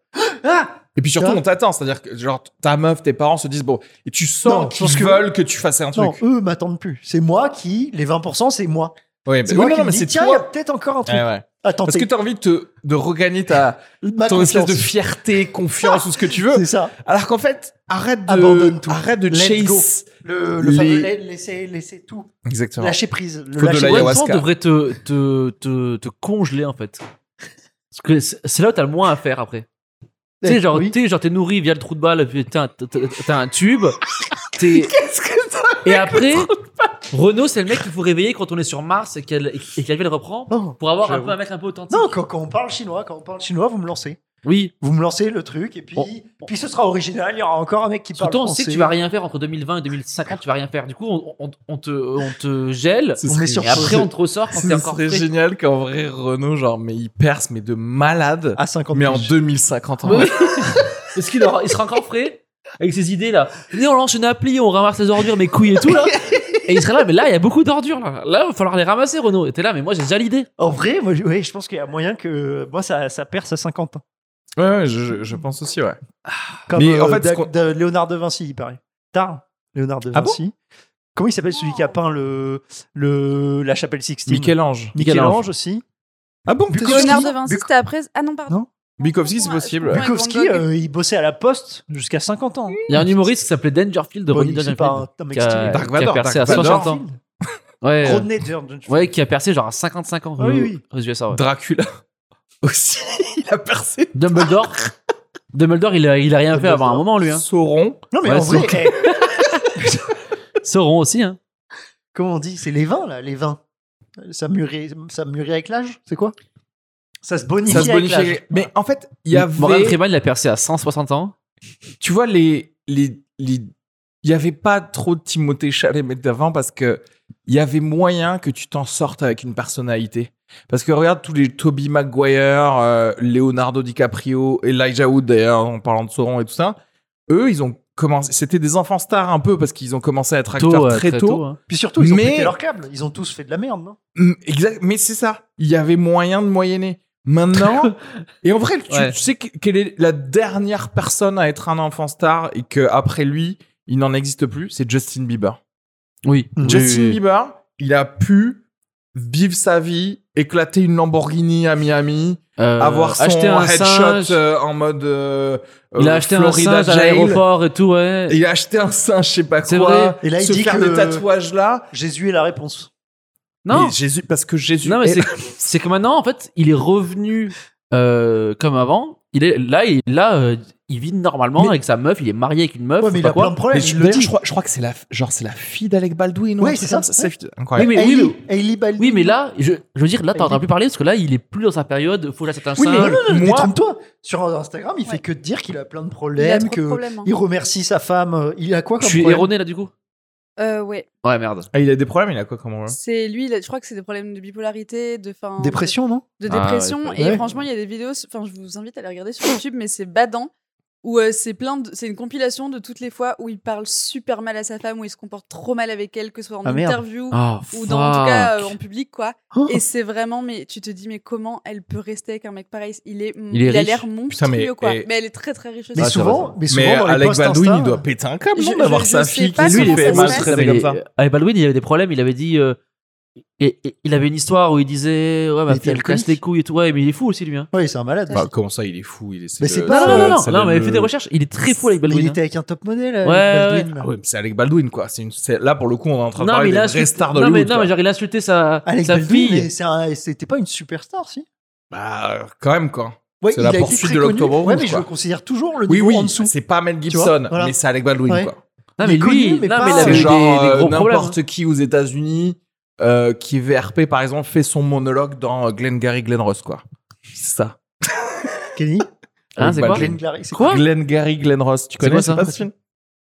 Ah
Et puis surtout,
Tu vois
on t'attend. C'est-à-dire que genre, ta meuf, tes parents se disent bon, et tu
Non,
sens
je pense
qu'ils
que-
veulent que tu fasses un
Non,
truc.
eux m'attendent plus. C'est moi qui, les 20%, c'est moi.
Ouais,
C'est
bah-
moi
oui,
qui
non, non,
me
mais
dis
c'est
Tiens, il y a
toi. Eh
peut-être encore un truc
Ouais, ouais.
à
Parce
tenter.
que t'as envie de, te- de regagner ta
Ma
ton espèce de
confiance.
fierté, confiance ou ce que tu veux.
C'est ça.
Alors qu'en fait, arrête
Abandonne
de
tout.
arrête de
Let
chase.
Le, le
Les-
fameux la- laisser, laisser tout.
Exactement.
Lâcher prise. Le
Faut de
lâcher
la
Ouais,
prise.
ayahuasca.
le temps devrait te, te, te, te congeler en fait. Parce que c'est c'est là où t'as le moins à faire après. Tu sais, genre,
Eh, Oui.
t'es, genre, t'es nourri via le trou de balle, puis t'as, un- t'as- t'as un tube. T'es... et après, Renaud, c'est le mec qu'il faut réveiller quand on est sur Mars et qu'elle, et qu'elle le reprend
Non,
pour avoir un
Oh, J'avoue.
peu un mec un peu authentique.
non quand, quand on parle chinois, quand on parle chinois, vous me lancez.
Oui,
Vous me lancez le truc et puis,
Bon.
puis ce sera original. Il y aura encore un mec qui parle
surtout on
français.
sait que tu vas rien faire entre 2020 et 2050, tu vas rien faire. Du coup, on, on- on te, on te gèle
Ce
On
serait-
est sur-
et après on te ressort quand t'es
Ce
encore
serait
frais.
génial qu'en vrai Renault genre mais il perce mais de malade
à 50
mais en
piges.
2050 en
Oui.
vrai.
Est-ce qu'il aura- il sera encore frais avec ses idées là Venez, on lance une appli, on ramasse les ordures, mes couilles et tout là. Et il serait là, mais là, il y a beaucoup d'ordures là. Là, il va falloir les ramasser, Renaud. Et t'es là, mais moi, j'ai déjà l'idée.
En vrai, moi, je- ouais, je pense qu'il y a moyen que moi ça, ça perce à 50 ans.
ouais, ouais je, je- je pense aussi ouais
Comme
Mais en
euh,
fait,
Da-
ce qu'on-
Da- Léonard de Vinci, il paraît. Tard, Léonard de
Ah bon
Vinci. Comment il s'appelle celui qui a peint le, le la chapelle Sixtine
Michel-Ange
Michel-Ange aussi.
ah bon
Léonard
Bukowski
de Vinci,
Buk-
c'était après. Ah non, pardon.
Non.
Bukowski c'est
Ouais,
possible
ouais.
ouais.
Bukowski,
Van Gogh.
euh, il bossait à la poste jusqu'à 50 ans.
Il y a un humoriste qui s'appelait Dangerfield de
Bon,
Ronnie
il- c'est
Dangerfield.
pas un- un mec
qui a,
stylé.
Dark
qui a
Vador,
percé
Dark
à
Vador.
60 ans. Ouais, euh,
Rodney Dangerfield.
ouais, qui a percé genre à 55 ans.
Ah oui, oui.
aux USA, ouais.
Dracula aussi il a percé
Dumbledore. Dumbledore, il a, il a rien fait avant un moment, lui. Hein.
Sauron
Non mais
Ouais,
en vrai, eh,
Sauron aussi. Hein.
comment on dit C'est les vins là, les vins. Ça mûrit, ça mûrit avec l'âge, c'est quoi Ça se bonifie,
ça se
avec
bonifie
l'âge.
avec- mais en fait il y
Morgan
avait
Freeman, il a percé à 160 ans.
tu vois les les les il y avait pas trop de Timothée Chalamet d'avant parce que il y avait moyen que tu t'en sortes avec une personnalité. Parce que regarde tous les Toby Maguire, euh, Leonardo DiCaprio, Elijah Wood d'ailleurs en parlant de Sauron et tout ça, eux ils ont commencé c'était des enfants stars un peu parce qu'ils ont commencé à être acteurs
Tôt, euh,
très, tôt.
hein.
Puis surtout, ils ont
Mais-
pété leur câble. Ils ont tous fait de la merde, non
Mm, Exact, mais c'est ça. Il y avait moyen de moyenner. Maintenant, et en vrai, tu,
Ouais.
tu sais que- quelle est la dernière personne à être un enfant star et que après lui, il n'en existe plus, c'est Justin Bieber.
hein. Oui.
Mm.
Justin
Oui, oui, oui.
Bieber, il a pu vivre sa vie, éclater une Lamborghini à Miami,
Euh,
avoir son
acheter un
headshot
singe.
euh, en mode euh,
Il a
euh,
acheté
Florida
un singe à
jail.
l'aéroport et tout, ouais.
Et Il a acheté un singe, je sais pas
C'est
quoi.
vrai.
Et là, il
se
dit
faire
que-
des tatouages là.
Jésus est la réponse.
non,
Mais Jésus, parce que Jésus.
non, mais
est-
c'est- c'est que maintenant, en fait, il est revenu euh, comme avant. Il est là, il, là, euh, il vit normalement
Mais-
avec sa meuf. Il est marié avec une meuf.
Ouais,
je
mais
sais
il
pas
a
quoi.
plein de problèmes.
Mais je,
il le
d'ailleurs,
dit.
je crois, je crois que c'est la, genre c'est la fille d'Alec Baldwin. ou
Ouais,
un
c'est
truc
ça,
comme
ouais.
C'est incroyable.
Oui, mais-
Hailey-
oui,
Hailey Baldwin.
Oui, mais là, je, je veux dire, là,
Il
t'en as
dit-
plus parler parce que là, il est plus dans sa période. Faut que j'achète un
Oui, mais
singe.
non, non, non,
moi-
détrompe-toi. Sur Instagram, il fait
Ouais.
que de dire qu'il a plein de
Il y a
problèmes,
trop de
que
problèmes. hein.
il remercie sa femme. euh, Il a quoi
je
comme
suis
problème
erroné là, du coup.
Euh, ouais.
Ouais, merde.
Ah, il a des problèmes, il a quoi comme rôle
C'est lui, il a- je crois que c'est des problèmes de bipolarité, de fin.
Dépression, non
De, de
Ah,
dépression.
ouais,
et
ouais.
franchement, il y a des vidéos. sur- Enfin, je vous invite à les regarder sur YouTube, mais c'est badant. Où euh, c'est plein de. C'est une compilation de toutes les fois où il parle super mal à sa femme, où il se comporte trop mal avec elle, que ce soit en
Ah, merde.
interview
Oh,
ou dans, en tout cas euh,
fuck.
en public, quoi.
Oh.
Et c'est vraiment, mais tu te dis, mais comment elle peut rester avec un mec pareil Il est,
Il est
a
riche.
l'air monstrueux,
mais-
quoi.
et-
Mais elle est très très riche aussi.
Mais
Ah, c'est vrai,
souvent,
ça.
mais souvent
Mais
dans les
Alec
posts
Badouin,
Insta,
il doit péter un câble,
Je-
non, d'avoir
je- je
sa
sais
fille qui
pas
lui,
comment
il fait
ça se
hein,
passe.
maltraiter comme ça.
Avec ah, Baldwin, il avait des problèmes. Il avait dit. euh, et- et- il avait une histoire où il disait Ouais,
Il
ma
était
fille, elle casse
alcoolique.
les couilles et tout. Ouais, mais il est fou aussi, lui. Hein.
ouais, c'est un malade.
Bah, comment ça, il est fou il essaie
Mais
de-
c'est pas-
Non,
ça-
non, non, non,
euh, ça
non,
le-
mais il fait des recherches. Il est très fou avec
il
Baldwin. hein.
était avec un top modèle.
Ouais,
Alec Baldwin,
Ah
là.
ouais, mais c'est Alec Baldwin, quoi. C'est une... c'est- Là, pour le coup, on est en train
hein.
de
Non, mais
parler
il a
des vraies
insulté-
stars
non, mais,
d'Hollywood.
non,
quoi.
mais genre, il a insulté sa,
Alec
sa
Baldwin,
fille.
mais c'est un- c'était pas une superstar, si
Bah, quand même, quoi.
ouais,
C'est la
il a été
poursuite
très
de
connu.
l'Octobre
Ouais,
Rouge,
mais je
quoi.
le considère toujours le
Oui,
niveau
oui,
en dessous.
c'est pas Mel Gibson,
vois, voilà.
mais c'est Alec Baldwin,
Ouais.
quoi.
Non,
il
mais
est
lui,
connu, mais
non,
pas-
mais il
Ah,
C'est
avait eu
genre
des, des
euh,
gros problèmes.
n'importe qui aux États-Unis euh, qui est VRP par exemple fait son monologue dans Glengarry Glen Ross quoi. C'est ça.
Kenny
Hein, c'est
Bah,
quoi
Glenn-
Glenn Clary, c'est
Quoi
Glengarry Glen Ross, tu
C'est
connais
quoi
c'est
ça
pas ce film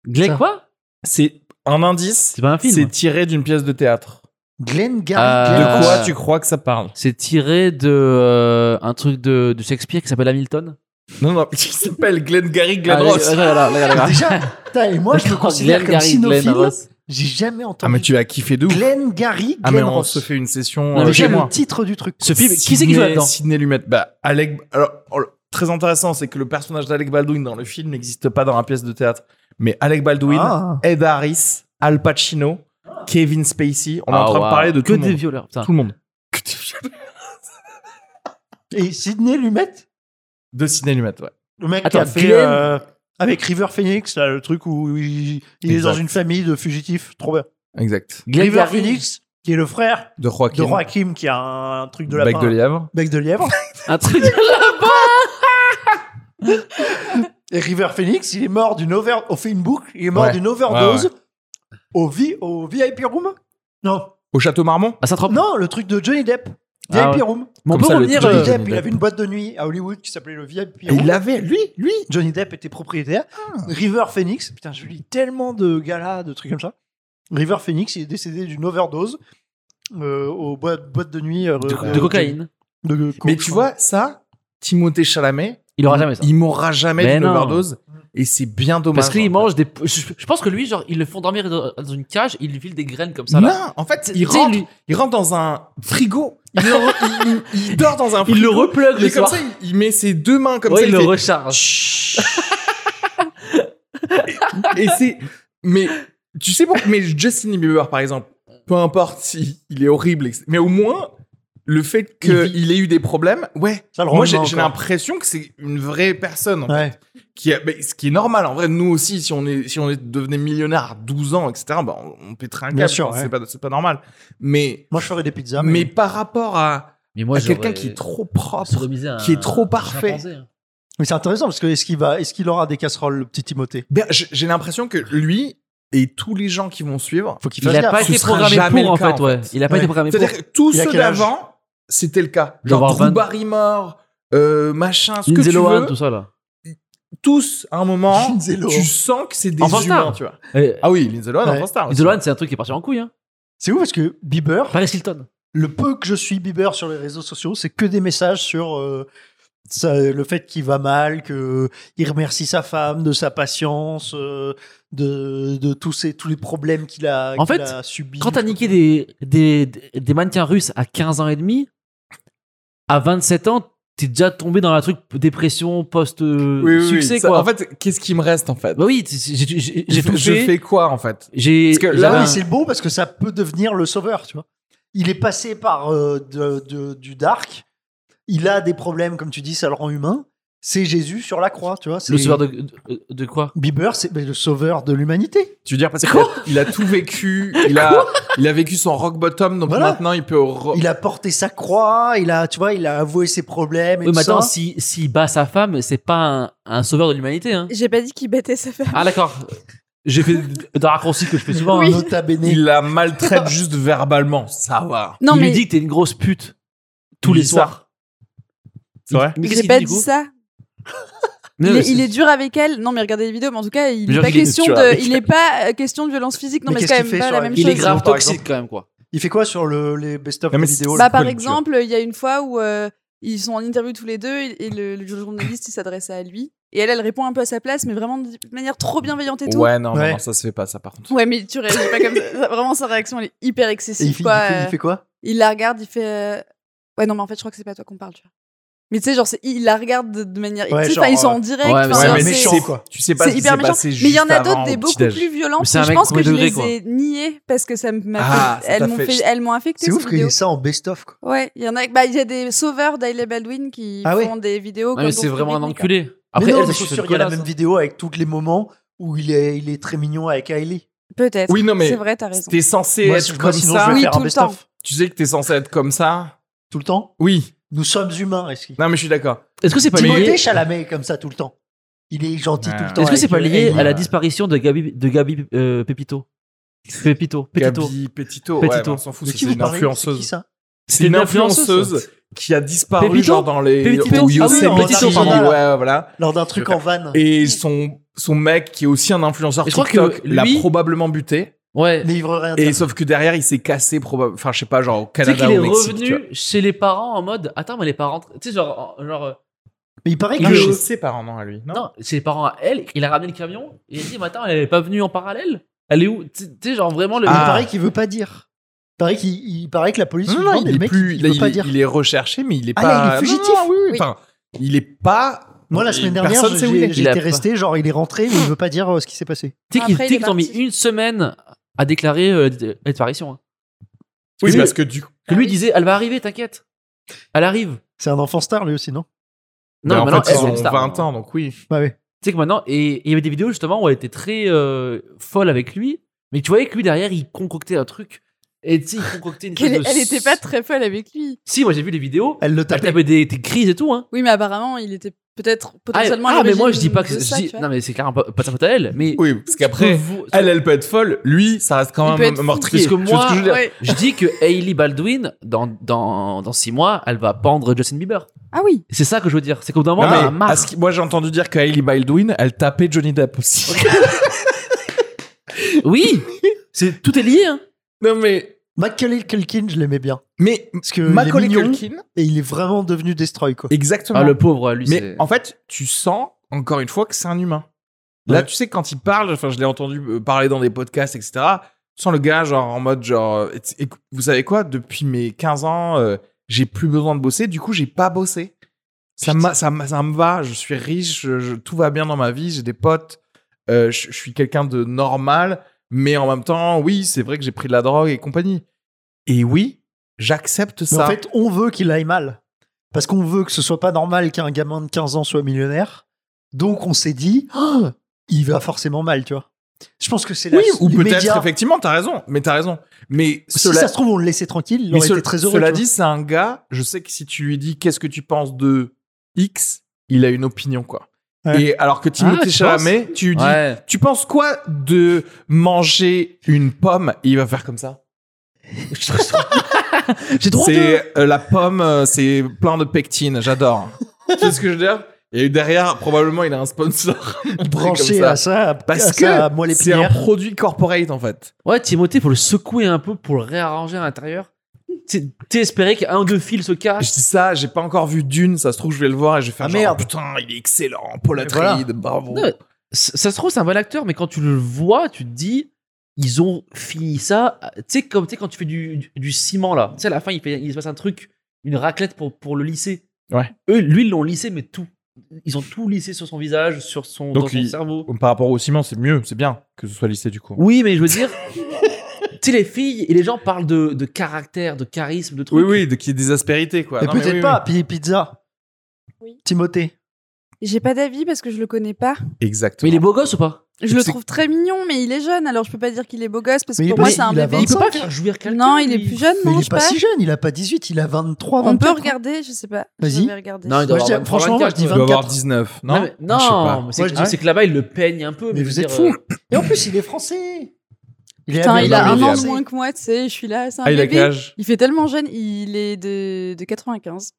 Glenn,
Ça.
quoi
C'est un indice.
C'est pas un
C'est
film.
tiré d'une pièce de théâtre.
Glenn
Ah.
De
Gary.
quoi tu crois que ça parle
C'est tiré de euh, un truc de, de Shakespeare qui s'appelle Hamilton.
Non non, il s'appelle Glengarry Glen
Ah,
Ross.
regarde, regarde, regarde, regarde.
Déjà, putain, et moi je le considère comme
Glengarry Glen
cynophile.
Ross.
J'ai jamais
Ah mais
entendu.
tu vas kiffer de ouf.
Glenn Gary,
Ah mais
Glenn
on
Ross.
se fait une session
Non,
euh,
mais
chez
Déjà
moi.
le titre du truc.
Ce film, qui c'est qui joue
Sidney-
là-dedans
Sidney Lumet. Bah Alec. Alors oh, le- très intéressant, c'est que le personnage d'Alec Baldwin dans le film n'existe pas dans la pièce de théâtre, mais Alec Baldwin.
Ah.
Ed Harris, Al Pacino, Kevin Spacey. On est en
Ah,
train
waouh.
de parler de
que
tout le,
des
monde.
violeurs. Putain.
tout le monde.
Et Sidney Lumet,
De Sidney Lumet, ouais.
le mec
Attends,
qui a fait
Glenn-
euh, avec River Phoenix, là, le truc où il, il est
Exact.
dans une famille de fugitifs, trop bien.
Exact.
River
Glengarry-
Phoenix, qui est le frère
De Joaquin.
de Joachim, qui a un truc de
Bec
lapin, hein.
de lièvre.
bec de lièvre.
Un truc.
Et River Phoenix, il est mort d'une over. On fait une boucle, il est mort
Ouais.
d'une overdose Au, vi... au VIP Room. Non,
Au Château Marmont
Ah, ça trompe.
non, le truc de Johnny Depp. VIP
Ah ouais.
Room.
Mais on
Comme
peut
ça, le
revenir.
Oh. Johnny
Johnny
euh,
Depp, il avait une boîte de nuit à Hollywood qui s'appelait le VIP
Et Il Ah.
Room.
l'avait, lui, lui.
Johnny Depp était propriétaire. River Phoenix, putain, je lis tellement de galas, de trucs comme ça. River Phoenix, il est décédé d'une overdose euh, aux boîtes, boîtes de nuit. euh,
de cocaïne.
de- de coke,
Mais tu
je
vois, ça, Timothée Chalamet,
Il aura jamais ça.
il mourra jamais
Mais
d'une
non.
overdose. Et c'est bien dommage.
Parce qu'il
en fait.
mange des. Je je pense que lui, genre, ils le font dormir dans dans une cage, il lui file des graines comme ça. Là.
Non, en fait,
Tu
il
sais,
rentre,
lui-
il rentre dans un frigo. Il, le re- il- il- il dort dans un frigo.
il le replug
Il
le
est comme
soir.
ça, il- il met ses deux mains comme
ouais,
ça.
il
il
le
fait-
recharge.
Et c'est. Mais tu sais pourquoi Mais Justin Bieber, par exemple, peu importe si il est horrible, etc. mais au moins le fait
Il
qu'il ait eu des problèmes, ouais.
Ça le rend
Moi, j'ai
humain
j'ai
encore.
l'impression que c'est une vraie personne, en fait,
Ouais.
qui a- mais ce qui est normal. En vrai, nous aussi, si on est, si on est devenait millionnaire à 12 ans, etc., bah, on, on pèterait un
Bien
câble.
sûr,
enfin,
ouais.
c'est pas, c'est pas normal. Mais,
Moi, je ferais des pizzas.
mais, par rapport à,
Mais moi,
à quelqu'un qui est trop propre, qui est trop parfait.
hein.
Mais c'est intéressant parce que est-ce qu'il va, est-ce qu'il aura des casseroles, le petit Timothée
ben, j'ai j'ai l'impression que lui et tous les gens qui vont suivre,
Faut qu'il
Il
fasse
a
gaffe.
pas
Ce
été
sera
programmé
jamais
pour, en
le cas,
fait,
en
ouais.
fait.
Il a pas
Ouais.
été programmé pour.
C'est-à-dire que tous
Il a
ceux
quel âge
d'avant, c'était le cas.
Il doit
Genre
avoir
Drew
20.
Barrymore, euh, machin, ce que
Lindsay
tu
Lohan,
veux.
tout ça, là.
Tous, à un moment,
Lindsay Lohan.
tu sens que c'est des
Enfant
humains,
star.
tu vois.
Et-
Ah oui, Lindsay Lohan,
Ouais.
enfant star. aussi.
Lindsay Lohan, c'est un truc qui est parti en couille. Hein.
C'est ouf parce que Bieber,
Paris Hilton.
le peu que je suis Bieber sur les réseaux sociaux, c'est que des messages sur euh, ça- le fait qu'il va mal, que il remercie sa femme de sa patience, euh, de, de tous ces tous les problèmes qu'il a,
En
qu'il
fait,
a subis.
Quand t'as niqué des, des, des mannequins russes à 15 ans et demi, à 27 ans, t'es déjà tombé dans un truc dépression
Oui, oui, oui.
post-succès,
Ça-
quoi.
En fait, qu'est-ce qui me reste, en fait
bah oui, c'est- c'est- j'ai- j'ai j'ai tout
Je
fait.
fais quoi, en fait
J'ai
Parce que là,
j'avais
Ah
un-
oui, c'est beau parce que ça peut devenir le sauveur, tu vois. Il est passé par euh, de- de- du dark. Il a des problèmes, comme tu dis, ça le rend humain. C'est Jésus sur la croix, tu vois. c'est-
le sauveur de, de, de quoi
Bieber, c'est ben, le sauveur de l'humanité.
Tu veux dire, parce qu'il
Quoi
a, il a tout vécu, il a, il a vécu son rock bottom, donc
Voilà.
maintenant il peut. re-
Il a porté sa croix, il a, tu vois, il a avoué ses problèmes et
Oui,
tout
mais attends,
ça.
s'il si, s'il bat sa femme, c'est pas un, un sauveur de l'humanité. Hein.
J'ai pas dit qu'il battait sa femme.
Ah, d'accord. J'ai fait des raccourcis que je fais souvent.
Oui.
hein.
Nota bene.
Il la maltraite juste verbalement, ça va.
Non,
il
mais
lui dit que t'es une grosse pute tous
Il
les
dit ça.
soirs.
C'est vrai
Mais qu'est-ce
j'ai
qu'il
pas
dit,
dit
du coup
ça.
Non,
il,
mais
est,
c'est-
il est dur avec elle. Non, mais regardez les vidéos, mais en tout cas, il
Mais
n'est
genre,
pas,
il est
question
dur
de,
avec
il est pas euh, question de violence physique. Non,
Mais
mais,
qu'est-ce
c'est quand
qu'il fait
même pas
sur
la
la-
même
Il est
chose.
grave
Par
toxique
exemple.
quand même, quoi.
Il fait quoi sur le, les best-of
Non, mais c'est-
vidéos
Bah,
là
Bah, par
cool, tu vois.
exemple, il y a une fois où euh, ils sont en interview tous les deux et et le, le journaliste il s'adresse à lui et elle elle répond un peu à sa place mais vraiment de manière trop bienveillante et tout.
Ouais, non, non,
Ouais.
non, ça se fait pas, ça, par contre.
Ouais, mais tu réagis pas comme ça. Ça, Vraiment sa réaction elle est hyper
Et il
excessive
fait,
quoi.
il fait-
euh,
il fait quoi
il la regarde, il fait euh, ouais non mais en fait je crois que c'est pas à toi qu'on parle tu vois. Mais tu sais genre c'est- il la regarde de, de manière
Ouais,
tu sais,
genre,
enfin, ils sont
euh,
en direct.
ouais, mais
enfin,
c'est un
c'est-
méchant,
c'est-
quoi.
Tu sais pas
C'est
si
hyper
c'est
méchant.
passé
Mais il y en
juste
a
avant
d'autres
au
des beaucoup
petit-déj.
plus violentes.
Mais c'est un
Je
mec
pense que
premier
je
degré,
les
quoi.
ai niées parce que ça m'a
Ah,
fait-
ça t'a
elles m'ont
fait-
fait elles m'ont affecté
C'est
ces
ouf qu'il
vidéos.
ait ça en best-of. quoi.
Ouais, il y en a. Bah, il y a des sauveurs d'Hailey Baldwin qui
Ah oui.
font des vidéos.
Non,
comme
mais
pour
c'est vraiment un
Britney, quoi.
enculé.
Mais
Après,
non,
elle,
hein.
ça
mais je
se
suis
trouve,
sûr qu'il y a la même
dégueulasse. hein.
vidéo avec tous les moments où il est, il est très mignon avec Hailey.
Peut-être.
Oui, non, mais
C'est vrai, t'as raison.
T'es censé
Moi,
être
moi,
comme
sinon,
ça.
je vais
Oui,
faire
tout
un
le
best-of.
Tu sais que t'es censé être comme ça.
Tout le temps
Oui.
Nous sommes humains, est-ce qu'il
Non, mais je suis d'accord.
Est-ce que c'est pas
Timothée
lié Ah.
Chalamet est comme ça tout le temps. Il est gentil
Ouais.
tout le temps.
Est-ce que c'est
avec,
pas
euh,
lié
Hailey.
à la disparition de Gabi de Gabi euh, Pepito Pepito Pepito.
Gabi Petito. Ouais,
Petito.
mais on s'en fout,
De
c'est
qui vous
une
parlez C'est qui
influenceuse.
ça
C'est une influenceuse qui a disparu
Pepito
genre dans les
Pepito.
où
Ah oui,
Yosemite,
en Petito, pardon.
ouais, ouais, voilà.
Lors d'un truc en van.
Et son son mec qui est aussi un influenceur
Et je crois
TikTok
que
l'a
lui-
probablement buté.
Ouais.
Livre rien.
Et sauf que derrière il s'est cassé probablement. Enfin, je sais pas, genre au
Tu sais
Canada
qu'il
ou
est
au Mexique. tu vois.
revenu chez les parents en mode attends mais les parents tu sais genre en- genre euh,
Mais il paraît
Il
que.
est
je-
chez ses parents, non, à lui. Non.
non chez les parents à elle il a ramené le camion il a dit mais attends elle est pas venue en parallèle elle est où tu tu sais genre vraiment le
Il
Ah.
paraît qu'il veut pas dire. Il paraît, qu'il, il paraît que la police.
Non,
lui
non,
demande,
il
et
est
le mec,
plus,
il
là,
veut
il,
pas
est-
dire.
il est recherché, mais il est
Ah,
pas.
là, il est
Non,
fugitif.
non, oui, oui,
Oui.
Enfin, il est pas.
Moi, la semaine dernière,
personne sait où il
j'ai-
est.
Il a
j'étais
pas-
resté, genre, il est rentré, mais il veut pas dire euh, ce qui s'est passé.
tu sais qu'ils
Après,
tu sais
il est
qu'ils ont mis
parti.
une semaine à déclarer euh, d- la disparition hein.
Oui,
Oui.
parce que du coup.
que lui
Ah oui.
disait elle va arriver t'inquiète elle arrive
C'est un enfant star, lui aussi, non
mais
non mais
en
maintenant
fait,
elle
ils
c'est
ont
une star
20 ans, donc oui.
Bah ouais.
Tu sais que maintenant, et et il y avait des vidéos justement où elle était très euh, folle avec lui, mais tu voyais que lui derrière il concoctait un truc. Et tu sais, il concoctait une
Qu'elle-
espèce de-
elle était pas très folle avec lui.
Si, moi j'ai vu les vidéos,
Elle
Bah,
le
elle
tapait.
tapait des, des crises et tout. Hein.
Oui, mais apparemment, il était peut-être
Ah,
potentiellement.
ah,
à
mais moi
l'origine
je dis pas que. je
de ça,
dis-
tu vois.
non, mais c'est clairement pas, pas sa faute à elle, mais.
Oui, parce
Je
qu'après,
vous-
elle, elle peut être folle. Lui, ça reste quand
Il peut
même
être fou.
meurtrier.
Parce que
Tu vois ce
moi-
je veux dire
Ouais.
Je dis que Hailey Baldwin, dans, dans, dans six mois, elle va pendre Justin Bieber.
Ah oui.
C'est ça que je veux dire. C'est qu'au bout d'un
Non,
moment,
mais
elle en a marre.
à ce qui- moi, j'ai entendu dire que Hailey Baldwin, elle tapait Johnny Depp aussi.
Oui! C'est, tout est lié, hein.
non, mais.
Macaulay Culkin, je l'aimais bien.
Mais
Parce que
Macaulay
il est mignon,
Culkin,
et il est vraiment devenu Destroy, quoi.
exactement.
Ah, le pauvre, lui,
mais
c'est.
en fait, tu sens encore une fois que c'est un humain. Là,
Ouais.
tu sais, quand il parle, enfin, je l'ai entendu euh, parler dans des podcasts, etc. Tu sens le gars, genre, en mode, genre, euh, éc- éc- vous savez quoi, depuis mes 15 ans, euh, j'ai plus besoin de bosser, du coup, j'ai pas bossé. Ça, m'a- ça, m'a- ça me va, je suis riche, je- je- tout va bien dans ma vie, j'ai des potes, euh, je, je suis quelqu'un de normal, mais en même temps, oui, c'est vrai que j'ai pris de la drogue et compagnie. Et oui, j'accepte
Mais
ça.
en fait, on veut qu'il aille mal. Parce qu'on veut que ce soit pas normal qu'un gamin de 15 ans soit millionnaire. Donc, on s'est dit, Ah, il va forcément mal, tu vois. Je pense que c'est la
oui, ou
les
peut-être,
médias-
effectivement, t'as raison, mais t'as raison. Mais
Si
cela,
ça se trouve, on le laissait tranquille, il
Mais
aurait
ce-
été très heureux.
Cela
tu vois.
dit, c'est un gars, je sais que si tu lui dis qu'est-ce que tu penses de X, il a une opinion, quoi.
Ouais.
Et alors que Timothée
tu
Chalamet, tu lui dis,
Ouais.
tu penses quoi de manger une pomme Et il va faire comme ça.
J'ai trop de.
C'est euh, la pomme, euh, c'est plein de pectine, j'adore. tu sais ce que je veux dire Et derrière, probablement, il a un sponsor
branché
comme ça.
à ça, à-
parce
à
que
ça, à moi les
c'est un
pierres.
produit corporate en fait.
Ouais, Timothée, faut le secouer un peu pour le réarranger à l'intérieur. T'es t'es espéré qu'un ou deux fils se
Je
cache.
dis ça, j'ai pas encore vu Dune, ça se trouve je vais le voir et je vais faire
Ah,
genre,
merde.
putain, il est excellent, Paul
Mais voilà.
Atreides, bravo.
Non, Ça ça se trouve, c'est un bon acteur, mais quand tu le vois, tu te dis, ils ont fini ça. Tu sais, comme tu sais, quand tu fais du, du, du ciment, là. Tu sais, à la fin, il, fait, il se passe un truc, une raclette pour, pour le lisser.
Ouais.
Eux, lui, ils l'ont lissé, mais tout. Ils ont tout lissé sur son visage, sur son,
Donc,
dans son
il- Oh.
cerveau.
Par rapport au ciment, c'est mieux, c'est bien que ce soit lissé du coup.
Oui, mais je veux dire, tu sais, les filles et les gens parlent de, de caractère, de charisme, de trucs.
Oui, oui, de qu'il y ait des aspérités quoi.
Et
Ah Non, mais
peut-être
oui,
pas, puis Pizza.
Oui.
Timothée.
J'ai pas d'avis parce que je le connais pas.
oui.
Mais
Exactement.
il est beau gosse ou pas
Je le
C'est-
trouve très mignon, mais il est jeune, alors je peux pas dire qu'il est beau gosse parce
Mais
que
il
pour
est
moi,
pas-
c'est un
il a
bébé.
25.
peut pas faire jouir quelqu'un.
Non, il est
lui.
plus jeune,
Mais
non,
il
je sais
est pas si jeune, il a pas 18, il a 23,
On peut
24.
regarder, je sais pas.
Vas-y.
Je vais regarder.
Non, il doit
Moi, je
avoir
dis- franchement,
24,
moi, je dis
quoi.
Il doit avoir
24.
19, non Ah,
Non, mais, non,
Je sais pas.
mais c'est
Moi,
que,
je dis-
c'est que là-bas, il le peigne un peu.
Mais
je
vous
veux
êtes
dire,
fous.
euh,
Et en plus, il est français. Il est
Putain,
allé-
il a
Non,
un
mais
an
il
de
est-
moins que moi, tu sais, je suis là, c'est un
Ah, il a
bébé.
quel âge
Il fait tellement jeune, il est de, de 95.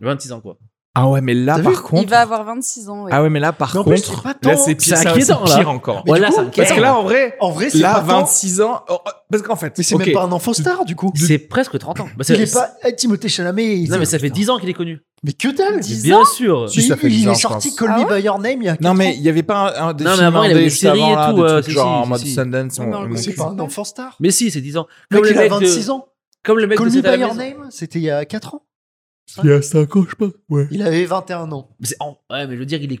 26 euh, ans, quoi.
Ah ouais, mais là,
T'as
par
vu
contre.
Il va avoir 26 ans. ouais.
Ah ouais, mais là, par
Mais en plus, c'est
contre.
pas tant-
Là, c'est pire, ça,
c'est
c'est
inquiétant, là.
pire encore.
Ouais,
du
là,
coup,
c'est
Parce
inquiétant.
que là, en vrai,
En vrai, c'est
là,
pas tant-
26 ans. oh, oh, parce qu'en fait.
Mais c'est
ok.
même pas un enfant star, du coup.
C'est presque 30 ans. Bah, c'est-
Il est pas eh, Timothée Chalamet. il-
Non, mais ça fait 10 ans qu'il est connu.
Mais que dalle
Dix- 10
Bien sûr.
Si,
Il-
ça fait
Il
bizarre,
est
je
sorti
pense.
Call
Ah
Me
ouais
By Your Name il y a
Non,
quatre
mais
ans.
il y avait pas un, un des
Non, mais
films
avant, il y
indés
avait des
juste
séries
avant,
et
là,
tout,
des
euh,
trucs
si,
genre
si,
en mode
si, si.
Sundance.
Ouais, mais on
on-
le
c'est
sait
pas
on-
un enfant star.
Mais si, c'est 10 ans.
Le
Comme
mec,
le
il a
mec de-
26 ans.
Comme le mec
Call
de
Me
C'était à la
By Your
maison.
Name, c'était il y a 4 ans.
Il y a 5 ans, je sais pas. Ouais.
Il avait 21 ans.
Mais c'est- en- Ouais, mais je veux dire, il est...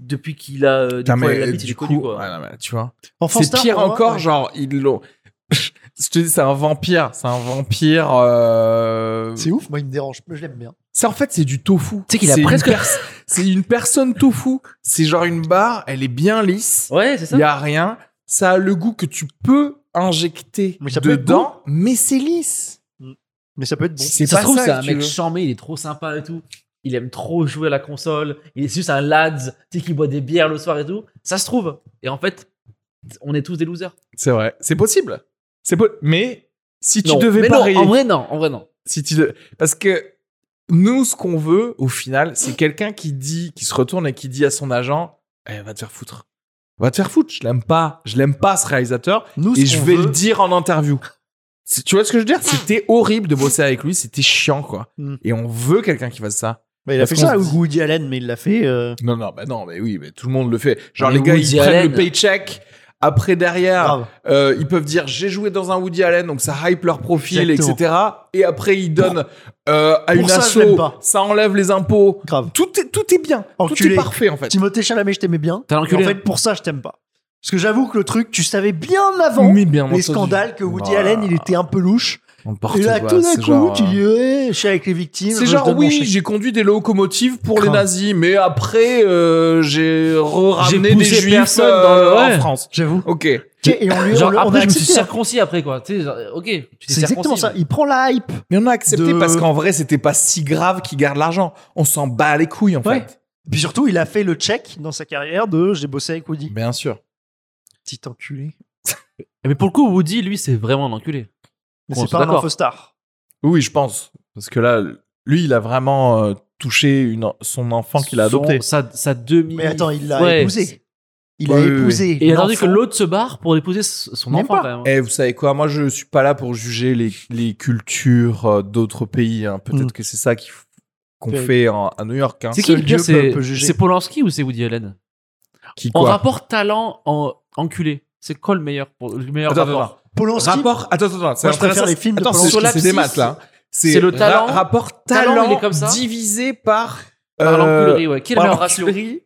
depuis qu'il a. euh,
Putain,
depuis qu'il
mais
habite, il
du
est
coup,
connu, quoi.
ouais, non, mais tu vois.
Enfant
C'est
star,
pire
pour moi,
encore,
ouais.
genre, ils l'ont. Je te dis, c'est un vampire. C'est un vampire. euh,
C'est ouf, moi il me dérange, mais je l'aime bien.
Ça, en fait, c'est du tofu.
Tu sais qu'il a
une
presque-
pers- C'est une personne tofu. C'est genre une barre, elle est bien lisse.
Ouais, c'est ça.
Il y a rien. Ça a le goût que tu peux injecter
Mais ça peut être
dedans, mais c'est lisse.
Mais ça peut être bon.
C'est
ça
pas
se trouve,
ça
c'est
que
un
tu
mec
veux.
charmé, il est trop sympa et tout. Il aime trop jouer à la console. Il est juste un lads, tu sais, qui boit des bières le soir et tout. Ça se trouve. Et en fait, on est tous des losers.
C'est vrai. C'est possible. C'est po- mais si tu
non,
devais
mais non,
parier,
en vrai, non. En vrai, non.
si tu de- parce que nous, ce qu'on veut au final, c'est quelqu'un qui dit, qui se retourne et qui dit à son agent, eh, va te faire foutre. Va te faire foutre. Je l'aime pas. Je l'aime pas ce réalisateur
Nous,
et
ce
je
qu'on
vais
veut-
le dire en interview. C'est- Tu vois ce que je veux dire
Hmm.
C'était horrible de bosser avec lui. C'était chiant, quoi.
Mm.
Et on veut quelqu'un qui fasse ça.
Bah, il a
Parce
fait
qu'on
ça,
se dit-
Woody Allen, mais il l'a fait. euh,
Non, non, bah non, mais oui, mais tout le monde le fait. Genre,
Mais
les gars,
Woody
ils prennent
Allen.
le paycheck. Après, derrière,
grave.
Euh, ils peuvent dire j'ai joué dans un Woody Allen, donc ça hype leur profil,
Exactement.
etc. Et après ils donnent euh, à
pour
une
ça,
asso,
je l'aime pas.
ça enlève les impôts.
Grave.
Tout est, tout est bien, tout
Enculé.
est parfait en fait.
Timothée Chalamet, je t'aimais bien.
T'as
Et en
l'enculé.
fait, pour ça, je t'aime pas. Parce que j'avoue que le truc, tu savais bien avant
Mais bien
les
entendu.
scandales que Woody
Voilà.
Allen, il était un peu louche.
bah, N'importe
Et là,
quoi,
tout d'un
c'est
coup,
genre,
tu
euh,
dis, ouais, je suis avec les victimes.
C'est
je
genre
donne mon
oui,
chèque.
j'ai conduit des locomotives pour les
Grave.
nazis, mais après euh, j'ai ramené
J'ai
des
poussé
juifs
personne dans le-
euh, en
ouais.
France.
J'avoue.
Ok.
Ok, Et on lui on
Genre,
le- on
après, je me suis
accepté. hein.
circoncis après, quoi. Tu sais, genre, euh, ok. tu t'es
C'est exactement
circoncis,
ça.
mais-
Il prend la hype.
Mais on a accepté
De-
parce qu'en vrai c'était pas si grave qu'ils gardent l'argent. On s'en bat les couilles en
Ouais.
fait.
Puis surtout, il a fait le check dans sa carrière de j'ai bossé avec Woody.
Bien sûr.
Petit enculé.
Mais pour le coup, Woody, lui, c'est vraiment un enculé.
Mais
Qu'on
c'est
soit
pas un
d'accord.
infostar.
Oui, je pense. Parce que là, lui, il a vraiment euh, touché une, son enfant qu'il a
Son-
adopté.
Sa, sa demi.
Mais attends, il l'a
Ouais.
épousé. Il
Ouais,
a
ouais, ouais.
épousé.
Et il a attendu que
l'enfant.
l'autre se barre pour épouser s- son
Même
enfant,
pas.
quand même.
Eh, vous savez quoi Moi, je suis pas là pour juger les, les cultures euh, d'autres pays. hein. Peut-être
Mm.
que c'est ça qu'il f- qu'on
Ouais.
fait en- à New York. hein.
C'est qui
Seul
le pire
Dieu
C'est
peut- peut juger.
c'est Polanski ou c'est Woody Allen
Qui
En
quoi
rapport talent, en enculé. C'est quoi le meilleur, pour- le meilleur
Attends,
rapport
attends,
Polanski.
attends. Rapport. Attends, attends, attends. c'est
Moi, je préfère
intéressant.
les films de
Attends, c'est-
Polanski.
c'est des
Sur
maths, là. hein.
c'est le talent.
rapport
Talent,
talent,
il est comme ça.
divisé par.
Par
euh,
l'enculerie, ouais. Qui est le
par
meilleur ratio
l'enculerie.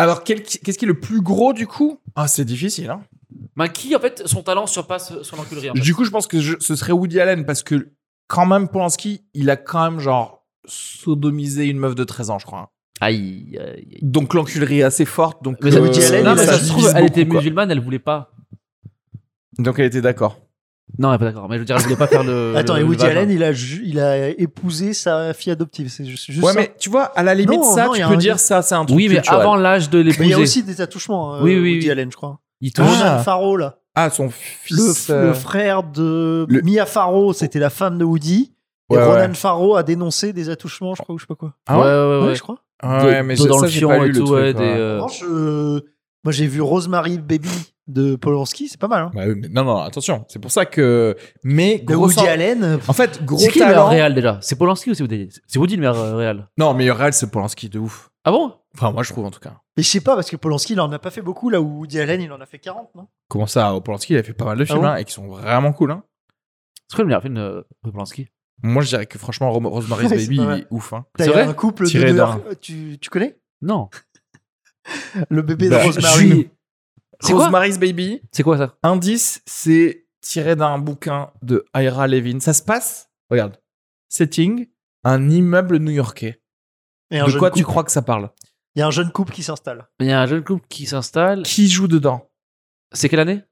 Alors, quel- qu'est-ce qui est le plus gros du coup Ah, c'est difficile. Hein.
Bah, qui, en fait, son talent surpasse son enculerie en fait.
Du coup, je pense que je- ce serait Woody Allen parce que quand même Polanski, il a quand même genre sodomisé une meuf de 13 ans, je crois. hein.
Aïe, aïe, aïe.
Donc l'enculerie est assez forte. Donc
Mais ça,
euh,
Woody Allen,
non,
il
mais
a-
ça
ça
se
divise
trouve, elle
beaucoup,
était
quoi.
musulmane, elle voulait pas.
Donc elle était d'accord.
Non, elle est pas d'accord. Mais je veux dire, elle voulait pas faire le.
Attends,
euh, le-
et
le
Woody
vagin.
Allen, il a, ju- il a épousé sa fille adoptive. C'est juste, juste
Ouais,
ça.
mais tu vois, à la limite,
Non,
ça,
non,
tu
y a
peux
un-
dire ça, c'est un truc.
Oui, mais
culturel.
avant l'âge de
Mais il y a
l'épouser.
aussi des attouchements. euh,
Oui, oui,
Woody
oui.
Allen, je crois.
Il touche.
Ah.
Rosanne Farrow, là.
Ah, son
Le,
fils.
f-
euh,
le frère de
le-
Mia Farrow, c'était la femme de Woody. Et
Ouais,
Ronan
ouais.
Farrow a dénoncé des attouchements, je crois, ou je sais pas quoi.
Ah ouais
ouais, ouais,
Ouais,
ouais.
je crois.
Ah ouais,
Dos-
mais
dos
je-
dans
ça,
le
j'ai
fion
pas
et
lu le
tout,
truc,
ouais, des,
ouais.
euh,
En revanche, euh, moi j'ai vu Rosemary Baby de Polanski, c'est pas mal. Hein.
Bah oui, mais non, non, attention. C'est pour ça que. Mais
De
gros.
Woody
sang-
Allen, euh, pff,
En fait, gros
C'est qui le meilleur
talent.
réel déjà C'est Polanski ou c'est Woody C'est Woody le meilleur euh, réel.
Non, meilleur réel, c'est Polanski, de ouf.
Ah bon
Enfin, moi, je trouve en tout cas.
mais je sais pas parce que Polanski il en a pas fait beaucoup là où Woody Allen il en a fait 40, non
Comment ça euh, Polanski, il a fait pas mal
Ah
de films
bon
hein, et qui sont vraiment cool. Hein.
C'est quoi le meilleur film de de Polanski
Moi, je dirais que franchement, Ro- Rosemary's
C'est
Baby,
pas
il
mal.
est ouf. Hein.
T'as
C'est vrai
un couple de
Tiré
New
d'un.
York- euh, tu, tu connais
Non.
Le bébé
Ah Bah,
de Rosemary.
je-
C'est quoi
Rosemary's Baby,
C'est quoi ça
indice, c'est tiré d'un bouquin de Ira Levin. Ça se passe, regarde, setting, un immeuble new-yorkais.
Et un
De
jeune
quoi
couple.
tu crois que ça parle
Il y a un jeune couple qui s'installe.
Il y a un jeune couple qui s'installe.
Qui joue dedans
C'est quelle année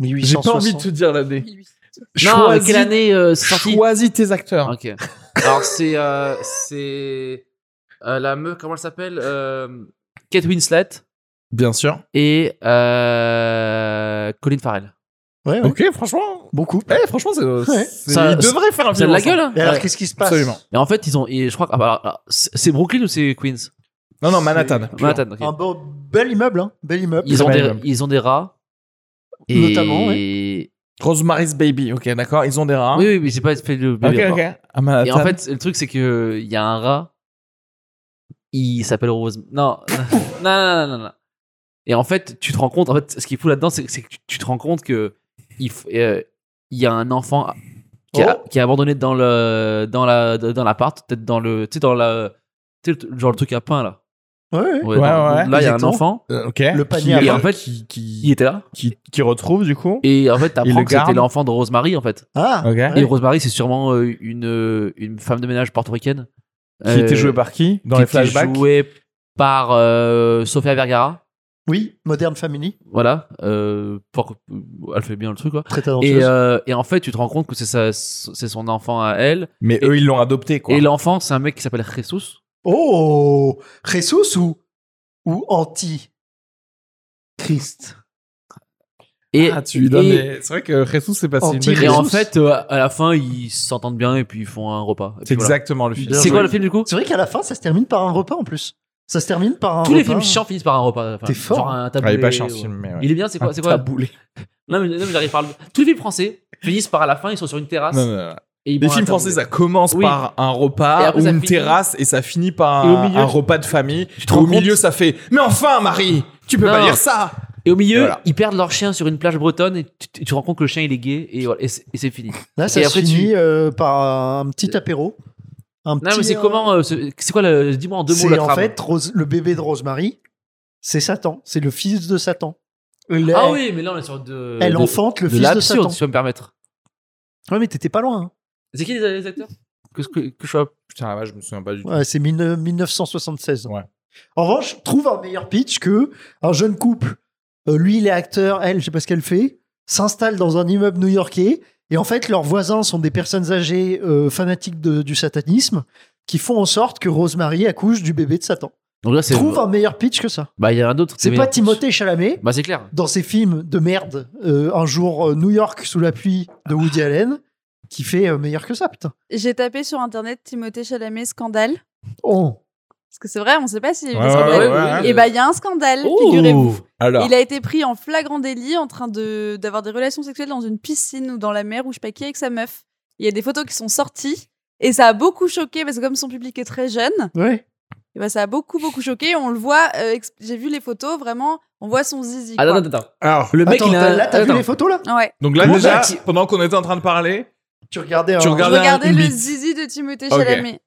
J'ai pas envie de te dire l'année.
Non, mais
Choisis-
quelle année euh, c'est sorti
Choisis tes acteurs.
Ok. Alors c'est euh, c'est euh, la meuf comment elle s'appelle Euh, Kate Winslet
Bien sûr.
et euh, Colin Farrell.
Ouais, ouais.
Ok, franchement.
Beaucoup.
Eh, franchement, c'est.
Ouais.
c'est-
Ça-
il devrait faire un
Ça
film.
a de la
ensemble.
gueule. hein.
Et alors,
Ouais.
qu'est-ce qui se passe
Absolument.
Et en fait, ils ont. Et je crois que. ah, bah, alors, alors, c'est c'est Brooklyn ou c'est Queens
Non, non, Manhattan.
C'est-
hein. Manhattan, ok.
Un beau- bel immeuble, hein. Bel immeuble.
Ils ont,
Très
des,
bien.
ils ont des rats.
Notamment,
oui.
Rosemary's Baby. Ok, d'accord. Ils ont des rats.
Oui, oui, mais j'ai pas fait le
Ok,
bébé encore.
ok. À Manhattan.
Et en fait, le truc, c'est que il y a un rat. Il s'appelle Rose. Non. non, non, non, non, non. Et en fait, tu te rends compte. En fait, ce qui est fou là-dedans, c'est c'est que tu, tu te rends compte que il f- euh, il y a un enfant qui, a-
Oh.
qui est abandonné dans le dans la dans l'appart, peut-être dans le tu sais dans la tu sais, le- genre le truc à pain là.
Ouais, ouais.
Ouais,
Ouais,
dans-
ouais,
Là, il y a un
exactement.
enfant.
Euh, ok.
Le panier
Et
à
en fait,
pain.
qui,
Il
qui,
était là.
qui, qui retrouve du coup.
Et en fait,
Il
t'apprends
le
que c'était
garde.
l'enfant de Rosemary en fait.
Ah,
Ok.
Et
Euh,
ouais.
Rosemary, c'est sûrement euh, une euh, une femme de ménage portoricaine.
Qui était joué
Euh,
par qui Dans les
qui était
flashbacks
joué par euh, Sofia Vergara.
oui, Modern Family,
Voilà. euh, pour- elle fait bien le truc, quoi.
très talentueuse.
Et, euh, et en fait, tu te rends compte que c'est sa- c'est son enfant à elle.
Mais eux, ils l'ont adopté, quoi.
Et l'enfant, c'est un mec qui s'appelle Jesus.
Oh, Jesus ou, ou anti Christ
Et,
Ah, tu lui
et-
donnes des- C'est vrai que Jesus s'est passé une
Anti-
bonne
et en
Jesus.
fait, euh, à la fin, ils s'entendent bien et puis ils font un repas. Et
C'est
puis voilà.
exactement le film.
C'est quoi le film du coup
C'est vrai qu'à la fin, ça se termine par un repas en plus. Ça se termine par un
Tous les
repas. hein.
films chiants finissent par un repas. à la fin.
T'es fort.
Genre un
hein. Ah, Il est
taboulé,
pas chiant, ce
ou-
film, mais ouais.
Il est bien, c'est quoi, c'est
Un
quoi
taboulé.
Non, mais, non, mais j'arrive par le- Tous les films français finissent par à la fin, ils sont sur une terrasse.
Non, non, non.
Et ils
Les
boivent un
films français,
taboulé.
ça commence
Oui.
par un
Et
repas
après,
ou
ça
une
finit.
terrasse et ça finit par
Et au
un,
milieu,
un repas de famille.
te rends
au
compte
milieu, ça fait Mais enfin, Marie, tu peux pas
Non.
dire ça
Et au milieu,
Et voilà.
ils perdent leur chien sur une plage bretonne et tu, tu te rends compte que le chien il est gay et, voilà, et c'est et c'est fini.
Là, ça
Et
se
après,
finit euh, par un petit apéro. Un
Non, mais c'est
euh,
comment euh, ce- C'est quoi le. Dis-moi en deux mots
C'est
la
en
trame.
fait Rose- le bébé de Rosemary, c'est Satan. C'est le fils de Satan. Elle,
Ah oui, mais là on est sur de.
elle
de-
enfante le
de
fils de
l'absurde,
Satan.
si je peux me permettre.
Ouais, mais t'étais pas loin. hein.
C'est qui les, les acteurs que, que, que je sois-
Putain, la vache, je me souviens pas du tout.
Ouais, c'est mille- 1976.
Ouais.
En revanche, trouve un meilleur pitch que un jeune couple. euh, lui, il est acteur, elle, je sais pas ce qu'elle fait, s'installe dans un immeuble new-yorkais. Et en fait, leurs voisins sont des personnes âgées euh, fanatiques de- du satanisme qui font en sorte que Rosemary accouche du bébé de Satan.
Donc là c'est.
Trouve un meilleur pitch que ça.
Bah il y en a un autre.
C'est pas Timothée Chalamet
Bah c'est clair.
dans ses films de merde, euh, un jour euh, New York sous la pluie de Woody Allen, qui fait euh, meilleur que ça, putain.
J'ai tapé sur internet Timothée Chalamet scandale.
Oh.
Parce que c'est vrai, on sait pas s'il y a eu
Ouais,
des
ouais,
scandales.
ouais, ouais, ouais.
Et bah, il y a un scandale, figurez-vous.
Oh
Alors,
Il a été pris en flagrant délit en train de d'avoir des relations sexuelles dans une piscine ou dans la mer ou je sais pas qui avec sa meuf. Il y a des photos qui sont sorties et ça a beaucoup choqué parce que comme son public est très jeune,
Ouais.
et bah, ça a beaucoup beaucoup choqué. On le voit, euh, exp- j'ai vu les photos, vraiment, on voit son zizi.
Ah,
quoi.
non, attends, attends.
alors,
Le mec
Attends,
il a.
t'as- là, t'as vu
attends.
les photos, là
Ouais.
donc là,
Comment
déjà,
ça
pendant qu'on était en train de parler,
Tu regardais
Tu
un-
regardes- Regardez
on regardait
un- une
le
bite.
zizi de Timothée
Ok.
Chalamet.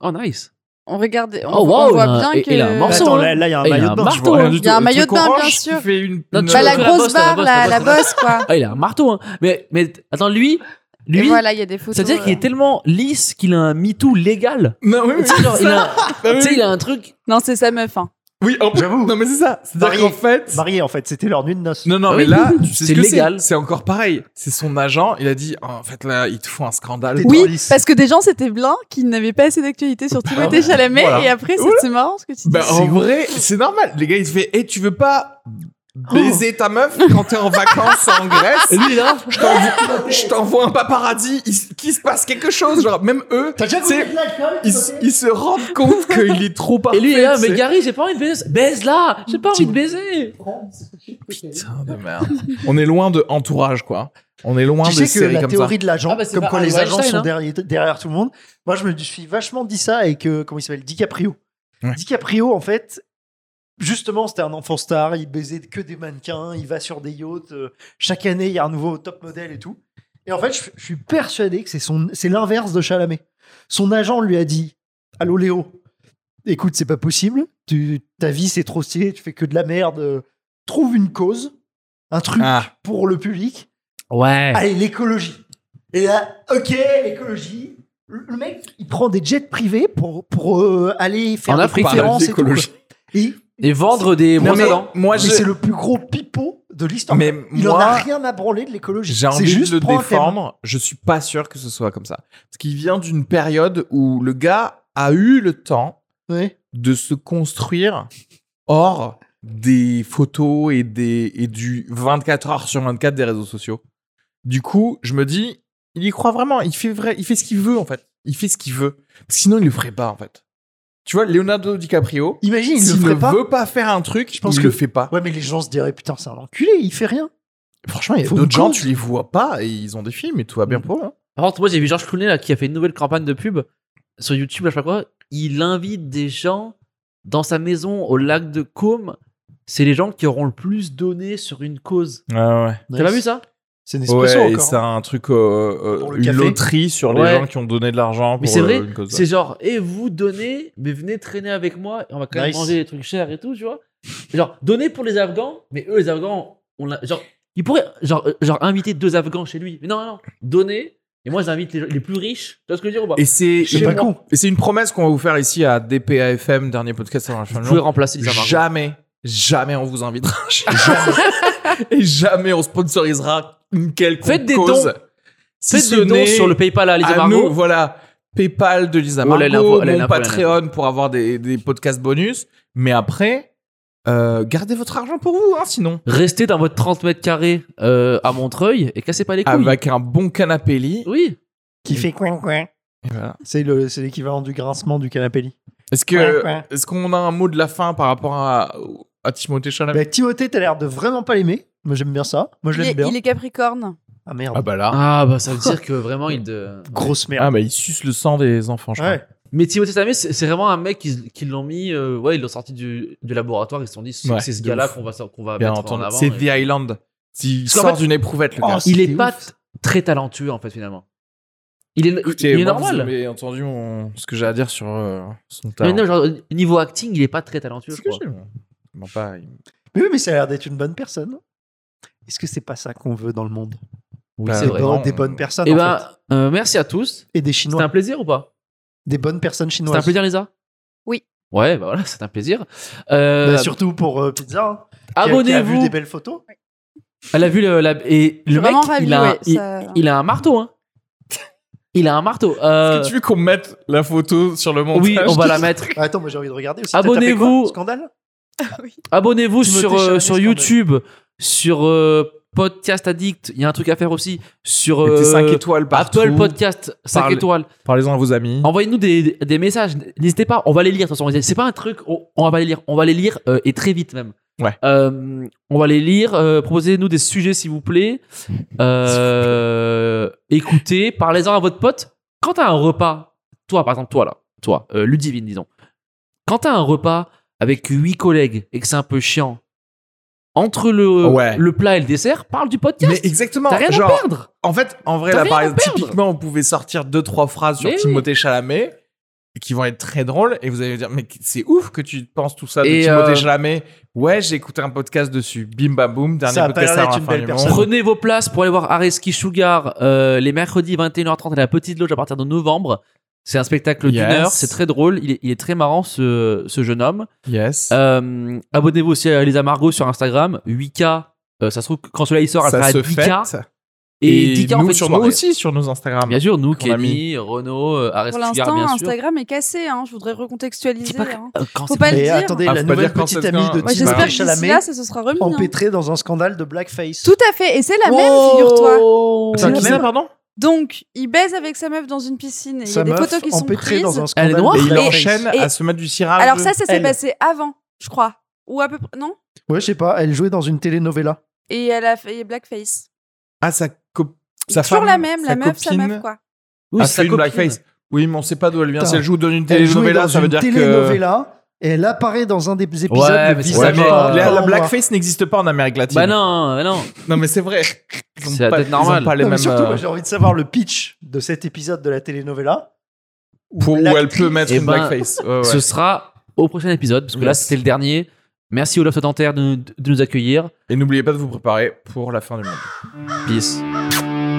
Oh nice.
On regardait, on,
Oh, wow,
on voit
il a-
bien
et-
que.
il a un morceau. hein.
Attends, là, là, il y a un
Et il a
maillot
un
de bain.
marteau,
rien
hein.
du
Il y a
tout.
un maillot
truc
de bain,
orange
bien
qui
sûr.
fait une-
Non,
une-
tu
Bah,
vois
la
que la
grosse
bosse, la
barre,
bosse,
la,
la
la
bosse, la
bosse, quoi.
Ah il a un marteau hein. Mais mais attends lui lui.
Et voilà, il y a des photos.
Ça
euh,
veut dire qu'il est tellement lisse qu'il a un MeToo légal.
Non, oui, oui,
Tu sais, genre, il a-
oui,
tu sais,
oui.
il a un truc
Non, c'est sa meuf. Hein.
Oui, en-
J'avoue.
Non, mais c'est ça. C'est-à-dire
Marié.
qu'en fait.
Marié, en fait, c'était leur nuit de noces.
Non, non,
Ah
mais
oui.
là, tu sais ce
C'est
que c'est.
légal.
C'est encore pareil. C'est son agent. Il a dit, Ah, en fait, là, il te faut un scandale.
T'es
Oui,
dans lisse.
Parce que des gens s'étaient blancs qui n'avaient pas assez d'actualité sur Timothée Chalamet
Voilà.
et après c'est c'est marrant ce que tu dis.
Bah,
C'est
en
ouf.
vrai, c'est normal. Les gars, il se fait, Eh, tu veux pas baiser ta meuf quand t'es en vacances en Grèce
Et lui là
Je t'envoie- Je t'envoie un paparazzi. Il, qu'il se passe quelque chose. Genre, même eux,
T'as déjà
tu sais,
goûté de l'alcool
ils,
Timothée
ils se rendent compte qu'il est trop parfait.
Et lui il est là,
tu
mais
sais.
Gary, j'ai pas envie de baiser. Baise là J'ai pas envie de baiser
Putain de merde. On est loin de entourage, quoi. On est loin
Tu
de
sais que
séries
la
comme
théorie
ça.
de l'agent,
Ah bah, c'est
comme
pas
quoi les
Harvey
agents
Weinstein,
sont
hein.
derrière, derrière tout le monde. Moi, je me suis vachement dit ça avec, euh, comment il s'appelle, DiCaprio.
Ouais.
DiCaprio, en fait, justement, c'était un enfant star, il baisait que des mannequins, il va sur des yachts, euh, chaque année, il y a un nouveau top modèle et tout. Et en fait, je, je suis persuadé que c'est son- c'est l'inverse de Chalamet. Son agent lui a dit, allô Léo, écoute, c'est pas possible, tu, ta vie c'est trop stylé, tu fais que de la merde, euh, trouve une cause, un truc
Ah.
pour le public.
Ouais.
Allez, l'écologie. Et là, ok, l'écologie. Le le mec, il prend des jets privés pour, pour euh, aller faire
En
des
Afrique,
conférences et tout, quoi.
l'écologie.
Et-
Et vendre des
Non,
brosses à
mais
dents.
moi,
mais
je-
c'est le plus gros pipeau de l'histoire.
Mais
il en
moi,
a rien à branler de l'écologie.
J'ai
C'est
envie
juste
de le
prends un thème.
défendre. Je suis pas sûr que ce soit comme ça. Parce qu'il vient d'une période où le gars a eu le temps
Ouais.
de se construire hors des photos et, des, et du 24 heures sur 24 des réseaux sociaux. Du coup, je me dis, il y croit vraiment. Il fait vrai, il fait ce qu'il veut en fait. Il fait ce qu'il veut. Sinon, il le ferait pas en fait. Tu vois, Leonardo DiCaprio,
Imagine, il
s'il
le ferait
ne
pas.
veut pas faire un truc,
Je pense
il
que-
le fait pas.
Ouais, mais les gens se diraient putain, c'est un enculé, il fait rien.
Franchement, il y a
Faut
d'autres
une
gens,
cause.
tu les vois pas et ils ont des films et tout
Mm.
va bien pour eux. hein.
Par contre, moi j'ai vu Georges Clooney là, qui a fait une nouvelle campagne de pub sur YouTube, là, je sais pas quoi. Il invite des gens dans sa maison au lac de Caume. C'est les gens qui auront le plus donné sur une cause. T'as pas vu ça
C'est Nespresso
Ouais, et
encore.
c'est
hein.
un truc, euh, euh,
Pour le
une
café.
loterie sur les
Ouais.
gens qui ont donné de l'argent.
Mais
pour,
c'est
euh,
vrai,
une cause.
c'est genre, et vous donnez, mais venez traîner avec moi, et on va quand même
Nice.
manger des trucs chers et tout, tu vois. Genre, donnez pour les Afghans, mais eux, les Afghans, on l'a- genre, il pourrait genre, euh, genre inviter deux Afghans chez lui. Mais non, non, non, donnez, et moi j'invite les, les plus riches. Tu vois ce que je veux dire ou pas
Et c'est
C'est
une-
pas con.
et c'est une promesse qu'on va vous faire ici à DPAFM, dernier podcast avant la fin
Vous
de
pouvez
l'an.
remplacer les Afghans.
Jamais, jamais on vous invitera. jamais. et jamais on sponsorisera une quelconque
Faites des
cause.
dons.
Si
Faites
ce
des dons
n'est
sur le PayPal à Lisa
à
Margot.
nous, voilà. PayPal de Lisa
Oh, elle
Margot,
a l'info, elle a
mon
l'info, elle a l'info.
Patreon pour avoir des, des podcasts bonus. Mais après, euh, gardez votre argent pour vous, hein, sinon.
Restez dans votre 30 mètres carrés euh, à Montreuil et cassez pas les couilles.
Avec un bon canapé lit.
Oui.
Qui fait coin coin.
Et voilà.
C'est le- c'est l'équivalent du grincement du canapé lit.
Est-ce que
Coin, coin.
est-ce qu'on a un mot de la fin par rapport à, à Timothée Chalamet
Bah, Timothée, t'as l'air de vraiment pas l'aimer. Moi, j'aime bien ça. Moi, je
Il est,
l'aime bien.
il est Capricorne.
Ah merde.
Ah bah là.
Ah, bah ça veut dire que vraiment il. De...
Grosse
Ah
merde.
bah il suce le sang des enfants, je
ouais.
crois.
Mais Timothée Chalamet, c'est c'est vraiment un mec qui, qui l'ont mis. euh, ouais, ils l'ont sorti du, du laboratoire. Ils se sont dit, c'est
Ouais,
c'est ce
de
gars-là
ouf.
qu'on va, qu'on va
Bien
Ah, mettre
entendu.
en avant.
C'est
Et-
The Island. Il
Parce qu'en
sort
fait-
d'une éprouvette, le
Oh,
gars.
c'est-
Il est
C'était
pas
ouf.
très talentueux en fait finalement. Il est,
Écoutez,
il est
moi, Vous
normal.
avez entendu mon- ce que j'ai à dire sur euh, son
Mais
talent.
non, genre, niveau acting, il est pas très talentueux.
C'est ce
Je
que
crois.
j'ai, moi. Non, pas- il-
Mais oui, mais ça a l'air d'être une bonne personne. Est-ce que c'est pas ça qu'on veut dans le monde
Oui,
Bah,
c'est
C'est
vrai.
non.
des bonnes personnes
Et
en
ben,
fait.
euh, merci à tous.
et des
C'était
Chinois,
un plaisir ou pas
des bonnes personnes
C'était un
chinoises.
plaisir, Lisa
Oui.
Ouais, bah voilà, c'est un plaisir. Euh,
Bah, surtout pour euh, Pizza. hein, qui a- qui a vu
Abonnez-vous.
des belles photos.
Elle a vu le, la- et
Je suis
le mec,
vraiment ravie,
il a,
ouais,
il,
ça-
il a un marteau. Hein. Il a un marteau. Euh,
Est-ce que tu veux qu'on mette la photo sur le montage
oui, on va la mettre.
Ah, Attends, moi j'ai envie de regarder aussi.
Abonnez-vous.
T'as tapé quoi Scandale
Abonnez-vous
Timothée
sur, euh,
Chalamet,
sur
scandale.
YouTube, sur euh, Podcast Addict. Il y a un truc à faire aussi. Sur
Mettez
euh,
5 étoiles partout.
Apple Podcast 5
Parlez-
étoiles.
Parlez-en à vos amis.
Envoyez-nous des, des messages. N'hésitez pas. On va les lire. De toute façon, c'est pas un truc. On, on va les lire. On va les lire euh, et très vite même.
Ouais.
Euh, on va les lire. euh, Proposez-nous des sujets s'il vous plaît. Euh, écoutez. Parlez-en à votre pote. Quand t'as un repas, toi par exemple, toi là, toi, euh, Ludivine disons. Quand t'as un repas avec huit collègues et que c'est un peu chiant, entre le,
Ouais.
le plat et le dessert, parle du
Mais
podcast.
exactement.
T'as rien à
Genre,
perdre.
en fait, en vrai,
T'as
là,
rien
par
à
exemple,
perdre.
typiquement, on pouvait sortir deux, trois phrases sur
Mais oui.
Timothée Chalamet qui vont être très drôles et vous allez dire, mais c'est ouf que tu penses tout ça de
Et,
Timothée
euh,
Chalamet. Ouais, j'ai écouté un podcast dessus. Bim bam boum, dernier
Ça a pas
podcast
l'air
avant
d'être
la
une
fin
belle
du
personne.
monde.
Prenez vos places pour aller voir Areski Sugar euh, les mercredis 21h30 à la Petite Loge à partir de novembre. C'est un spectacle d'une
Yes.
heure, c'est très drôle, il est, il est très marrant ce, ce jeune homme.
Yes.
Euh, Abonnez-vous aussi à Elisa Margot sur Instagram, 8K. Euh, ça se trouve que quand cela il sort, elle sera
ça
à
se
10K.
fait.
Et, 10K en
nous,
fait
sur
sur
nous aussi, sur nos Instagram.
Bien sûr, nous,
qu'on a
Kenny, Renaud, euh,
Pour
Areski Sugar,
l'instant,
bien sûr.
Instagram est cassé. hein, Je voudrais
Dis
recontextualiser.
pas que-
hein.
Euh, quand
Faut
c'est-
pas le
Et
dire.
attendez,
Ah,
la
faut pas
nouvelle
dire quand
petite
c'est
amie de
bien.
Moi,
Petit
J'espère
Marie
que
Timothée
d'ici
Chalamet
là, ça se sera remis. hein.
empêtrée dans un scandale de blackface.
Tout à fait. Et c'est la même,
Oh
figure-toi.
Attends,
C'est
qui
la
ça,
même.
pardon
Donc, il baise avec sa meuf dans une piscine. et Il y
Sa
a des
meuf
photos qui sont
empêtrée
prises.
dans un scandale
Elle est noire
Et
de
il
blackface.
enchaîne
et-
à se mettre du cirage.
Alors ça, ça s'est
Elle.
passé avant, je crois. Ou à peu près. Non
Ouais, je sais pas, elle jouait dans une telenovela.
Et elle a fait blackface.
Ah, sa, co- sa
Toujours
femme,
la même, la
sa
meuf, sa
copine
meuf, quoi.
Oui,
a
c'est sa
fait Ah, une
copine.
blackface. Oui, mais on sait pas d'où elle vient.
Putain.
Si elle joue dans une
Elle jouait
telenovela,
dans
ça veut
une
dire que.
telenovela et elle apparaît dans un des épisodes
Ouais,
de
mais c'est
Ouais,
Ça
mais
va pas. hein.
la, la
Encore noir.
blackface n'existe pas en Amérique latine.
Bah non, bah non.
Non, mais c'est vrai. Ils ont
C'est la
pas-
tête
ils ont
normale.
pas les
Non, mais
mêmes,
surtout,
euh,
moi, j'ai envie de savoir le pitch de cet épisode de la telenovela.
pour où elle peut mettre
Eh
une
ben,
blackface. Ouais, ouais.
Ce sera au prochain épisode, parce que là,
Yes.
c'était le dernier. Merci Olaf Dentaire de, de nous accueillir.
Et n'oubliez pas de vous préparer pour la fin du monde.
Peace.
Bye.